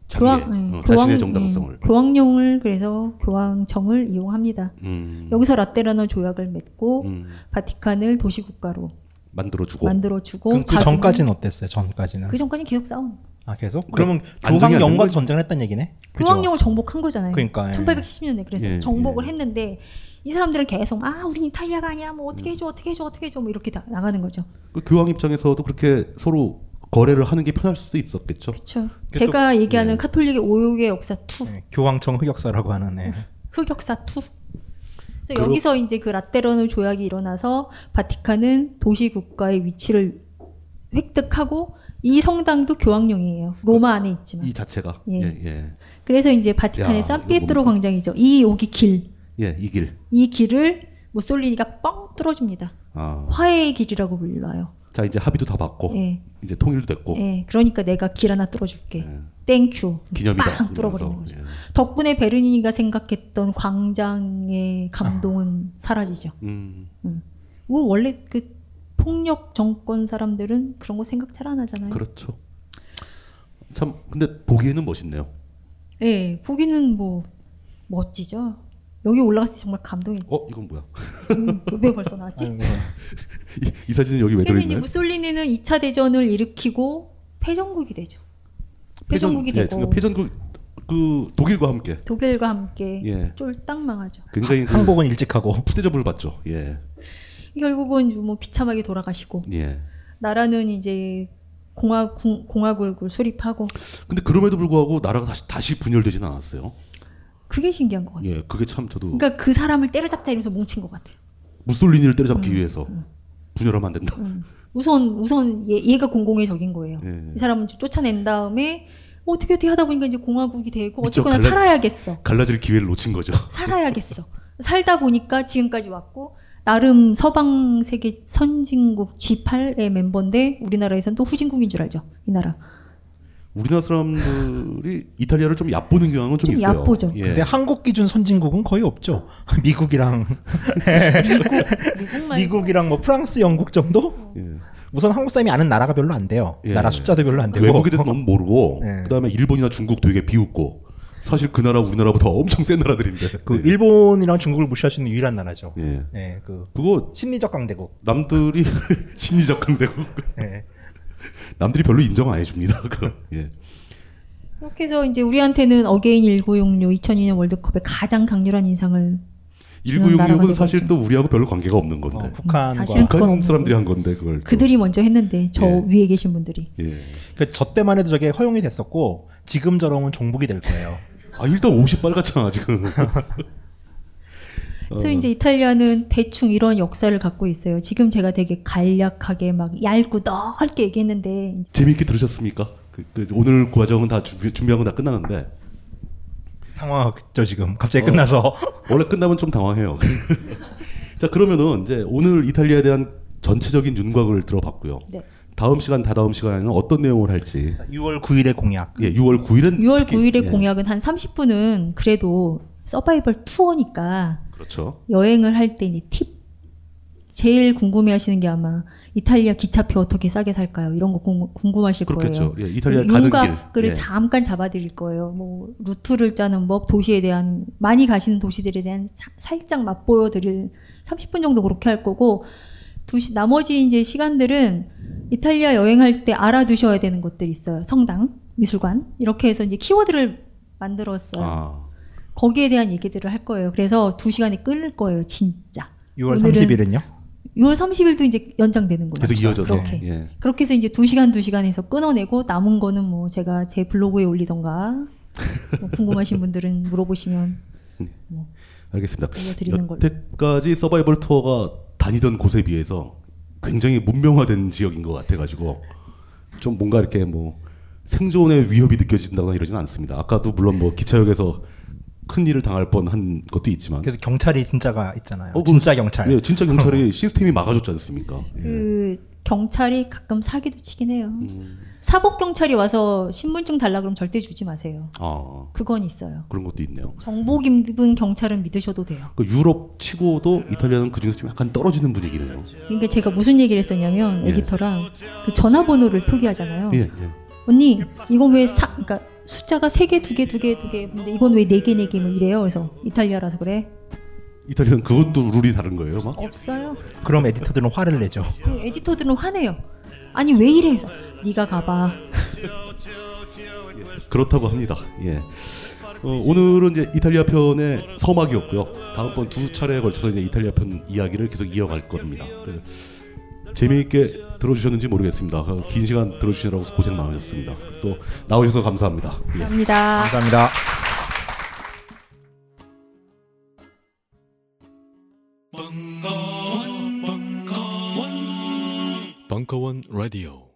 Speaker 8: 자기의,
Speaker 9: 네,
Speaker 8: 어, 자신의 정당성을.
Speaker 9: 예, 교황령을 그래서 교황청을 이용합니다.
Speaker 8: 음.
Speaker 9: 여기서 라테라노 조약을 맺고
Speaker 8: 음.
Speaker 9: 바티칸을 도시국가로
Speaker 8: 만들어주고
Speaker 9: 만들어주고
Speaker 10: 그럼 그
Speaker 9: 자기는-
Speaker 10: 전까지는 어땠어요? 전까지는.
Speaker 9: 그 전까지는 계속 싸움.
Speaker 10: 아 계속?
Speaker 9: 그
Speaker 10: 그러면
Speaker 9: 안정이 안
Speaker 10: 교황
Speaker 9: 되는
Speaker 10: 영과
Speaker 9: 거지. 그렇죠.
Speaker 10: 전쟁을 했다는 얘기네. 그죠?
Speaker 9: 교황령을 정복한 거잖아요.
Speaker 10: 그러니까, 예.
Speaker 9: 1870년에 그래서
Speaker 10: 예,
Speaker 9: 정복을 했는데 이 사람들은 계속 아 우린 이탈리아가 아니야 뭐
Speaker 8: 음.
Speaker 9: 어떻게 해줘 어떻게 해줘 어떻게 해줘 뭐 이렇게 다, 나가는 거죠.
Speaker 8: 그 교황 입장에서도 그렇게 서로 거래를 하는 게 편할 수도 있었겠죠.
Speaker 9: 그렇죠. 제가 얘기하는
Speaker 8: 예.
Speaker 9: 카톨릭의 오욕의 역사 2
Speaker 10: 교황청 흑역사라고 하는 네.
Speaker 9: 흑역사 2. 그래서
Speaker 10: 그러-
Speaker 9: 여기서 이제 그 라테란의 조약이 일어나서 바티칸은 도시 국가의 위치를 획득하고 이 성당도 교황령이에요. 로마 안에 있지만.
Speaker 8: 이 자체가
Speaker 9: 예.
Speaker 8: 예, 예.
Speaker 9: 그래서 이제 바티칸의
Speaker 8: 야,
Speaker 9: 산피에트로 광장이죠. 이 여기 길,
Speaker 8: 예, 이 길.
Speaker 9: 이 길을 무솔리니가 뻥 뚫어줍니다.
Speaker 8: 아.
Speaker 9: 화해의 길이라고 불러요.
Speaker 8: 자, 이제 합의도 다 받고
Speaker 9: 예.
Speaker 8: 이제 통일도 됐고 예.
Speaker 9: 예, 그러니까 내가 길 하나 뚫어줄게. 땡큐.
Speaker 8: 기념이다. 예.
Speaker 9: 빵 뚫어버리는 거죠. 덕분에 베르니니가 생각했던 광장의 감동은 사라지죠.
Speaker 8: 음.
Speaker 9: 뭐 원래 그 폭력 정권 사람들은 그런 거 생각 잘 안 하잖아요.
Speaker 8: 그렇죠. 참 근데 보기에는 멋있네요.
Speaker 9: 예, 보기는 뭐 멋지죠. 여기 올라갔을 때 정말 감동했죠.
Speaker 8: 어, 이건 뭐야?
Speaker 9: 음, 왜 벌써 나왔지?
Speaker 8: 이, 이 사진은 여기 아, 왜
Speaker 9: 그래서 이제
Speaker 8: 들어있나요?
Speaker 9: 무솔리니는 2차 대전을 일으키고 패전국이 되죠. 패전국이
Speaker 8: 예,
Speaker 9: 되고
Speaker 8: 그러니까 패전국 그 독일과 함께
Speaker 9: 독일과 함께
Speaker 8: 예.
Speaker 9: 쫄딱 망하죠.
Speaker 8: 굉장히 그
Speaker 10: 항복은 일찍 하고
Speaker 8: 푸대접을 받죠. 예.
Speaker 9: 결국은 뭐 비참하게 돌아가시고
Speaker 8: 예.
Speaker 9: 나라는 이제 공화 궁- 공화국을 수립하고
Speaker 8: 근데 그럼에도 불구하고 나라가 다시 다시 분열되진 않았어요.
Speaker 9: 그게 신기한 것 같아요.
Speaker 8: 예, 그게 참 저도
Speaker 9: 그러니까 그 사람을 때려잡자 이러면서 뭉친 것 같아요.
Speaker 8: 무솔리니를 때려잡기 위해서 분열하면 안 된다.
Speaker 9: 음. 우선 우선 얘, 가 공공의 적인 거예요.
Speaker 8: 예.
Speaker 9: 이 사람은 좀 쫓아낸 다음에 어떻게 어떻게 하다 보니까 이제 공화국이 되고
Speaker 8: 그쵸,
Speaker 9: 어쨌거나
Speaker 8: 갈라-
Speaker 9: 살아야겠어.
Speaker 8: 갈라질 기회를 놓친 거죠.
Speaker 9: 살아야겠어. 살다 보니까 지금까지 왔고 나름 서방 세계 선진국 G8의 멤버인데 우리나라에선 또 후진국인 줄 알죠. 이 나라.
Speaker 8: 우리나라 사람들이 이탈리아를 좀 얕보는 경향은 좀,
Speaker 9: 좀
Speaker 8: 있어요.
Speaker 9: 얕보죠.
Speaker 8: 예.
Speaker 10: 근데 한국 기준 선진국은 거의 없죠. 미국이랑
Speaker 9: 미국만
Speaker 10: 미국, 이랑뭐 프랑스, 영국 정도? 우선 한국 사람이 아는 나라가 별로 안 돼요.
Speaker 8: 예. 뭐.
Speaker 10: 나라 숫자도 별로 안 되고
Speaker 8: 외국에 대해서 너무 모르고 그다음에 일본이나 중국 되게 비웃고 사실 그 나라 우리나라보다 엄청 센 나라들인데. 네.
Speaker 10: 그 일본이랑 중국을 무시할 수 있는 유일한 나라죠.
Speaker 8: 예.
Speaker 10: 예, 그
Speaker 8: 그거
Speaker 10: 심리적 강대국. 네.
Speaker 8: 남들이 심리적 강대고 남들이 별로 인정 안 해줍니다. 그 예.
Speaker 9: 그렇게 해서 이제 우리한테는 어게인 1966 2002년 월드컵에 가장 강렬한 인상을 주는 나라가
Speaker 8: 1966은
Speaker 9: 되고
Speaker 8: 사실 또 우리하고 별로 관계가 없는 건데.
Speaker 10: 북한과
Speaker 9: 사실은
Speaker 8: 북한
Speaker 9: 그건-
Speaker 8: 사람들이 한 건데 그걸. 또.
Speaker 9: 그들이 먼저 했는데 저
Speaker 10: 예.
Speaker 9: 위에 계신 분들이
Speaker 8: 예.
Speaker 10: 그 저 때만 해도 저게 허용이 됐었고 지금 저러면 종북이 될 거예요.
Speaker 8: 아 일단 옷이 빨갛잖아 지금. 어,
Speaker 9: 그래서 이제 이탈리아는 대충 이런 역사를 갖고 있어요. 지금 제가 되게 간략하게 막 얇고 넓게 얘기했는데
Speaker 8: 재미있게 들으셨습니까? 그, 그 오늘 과정은 다 준비, 준비한 건 다 끝나는데.
Speaker 10: 당황했죠 지금. 갑자기
Speaker 8: 어.
Speaker 10: 끝나서.
Speaker 8: 원래 끝나면 좀 당황해요. 자 그러면은 이제 오늘 이탈리아에 대한 전체적인 윤곽을 들어봤고요.
Speaker 9: 네.
Speaker 8: 다음 시간 다다음 시간에는 어떤 내용을 할지.
Speaker 10: 6월 9일의 공약.
Speaker 8: 예, 6월 9일은
Speaker 9: 6월
Speaker 8: 특히-
Speaker 9: 9일의
Speaker 8: 예,
Speaker 9: 공약은 한 30분은 그래도 서바이벌 투어니까
Speaker 8: 그렇죠.
Speaker 9: 여행을 할 때 이 팁. 제일 궁금해 하시는 게 아마 이탈리아 기차표 어떻게 싸게 살까요? 이런 거 궁금- 궁금하실
Speaker 8: 그렇겠죠.
Speaker 9: 거예요.
Speaker 8: 예, 이탈리아
Speaker 9: 음,
Speaker 8: 가는
Speaker 9: 윤곽을
Speaker 8: 길. 예.
Speaker 9: 잠깐 잡아드릴 거예요. 뭐 루트를 짜는 법, 도시에 대한 많이 가시는 도시들에 대한 사- 살짝 맛보여 드릴 30분 정도 그렇게 할 거고 두시 나머지 이제 시간들은 이탈리아 여행할 때 알아두셔야 되는 것들이 있어요. 성당, 미술관 이렇게 해서 이제 키워드를 만들었어요.
Speaker 8: 아.
Speaker 9: 거기에 대한 얘기들을 할 거예요. 그래서 두 시간이 끌릴 거예요, 진짜.
Speaker 10: 6월
Speaker 9: 오늘은
Speaker 10: 30일은요?
Speaker 9: 6월 30일도 이제 연장되는 거죠.
Speaker 8: 계속 이어져서.
Speaker 9: 그렇게.
Speaker 8: 예.
Speaker 9: 그렇게 해서 이제 2시간 2시간 해서 끊어내고 남은 거는 뭐 제가 제 블로그에 올리던가 뭐 궁금하신 분들은 물어보시면
Speaker 8: 네. 알겠습니다.
Speaker 9: 알려드리는 걸로.
Speaker 8: 여태까지 서바이벌 투어가 다니던 곳에 비해서 굉장히 문명화된 지역인 것 같아가지고 좀 뭔가 이렇게 뭐 생존의 위협이 느껴진다거나 이러진 않습니다. 아까도 물론 뭐 기차역에서 큰 일을 당할 뻔한 것도 있지만
Speaker 10: 그래서 경찰이 진짜가 있잖아요.
Speaker 8: 어, 그-
Speaker 10: 진짜 경찰.
Speaker 8: 예, 진짜 경찰이 시스템이 막아줬지 않습니까? 예.
Speaker 9: 그 경찰이 가끔 사기도 치긴 해요.
Speaker 8: 음.
Speaker 9: 사복 경찰이 와서 신분증 달라 그러면 절대 주지 마세요.
Speaker 8: 아
Speaker 9: 그건 있어요.
Speaker 8: 그런 것도 있네요.
Speaker 9: 정복 입은 경찰은 믿으셔도 돼요.
Speaker 8: 그 유럽 치고도 이탈리아는 그 중에서 좀 약간 떨어지는 분위기네요.
Speaker 9: 그러니까 제가 무슨 얘기를 했었냐면
Speaker 8: 예.
Speaker 9: 에디터랑 그 전화번호를 표기하잖아요.
Speaker 8: 예, 예.
Speaker 9: 언니 이건 왜 사, 그러니까 숫자가 세 개, 두 개, 두 개, 두 개, 근데 이건 왜 네 개, 네 개, 뭐 이래요. 그래서 이탈리아라서 그래.
Speaker 8: 이탈리아는 그것도 룰이 다른 거예요, 막.
Speaker 9: 없어요.
Speaker 10: 그럼 에디터들은 화를 내죠.
Speaker 9: 그럼 에디터들은 화내요. 아니 왜 이래? 그래서 네가 가봐.
Speaker 8: 그렇다고 합니다. 예. 어, 오늘은 이제 이탈리아 편의 서막이었고요. 다음번 두 차례에 걸쳐서 이제 이탈리아 편 이야기를 계속 이어갈 겁니다. 그래서 재미있게 들어주셨는지 모르겠습니다. 어, 긴 시간 들어주시느라고 고생 많으셨습니다. 또 나오셔서 감사합니다. 예.
Speaker 9: 감사합니다.
Speaker 10: 감사합니다.
Speaker 17: 벙커원 라디오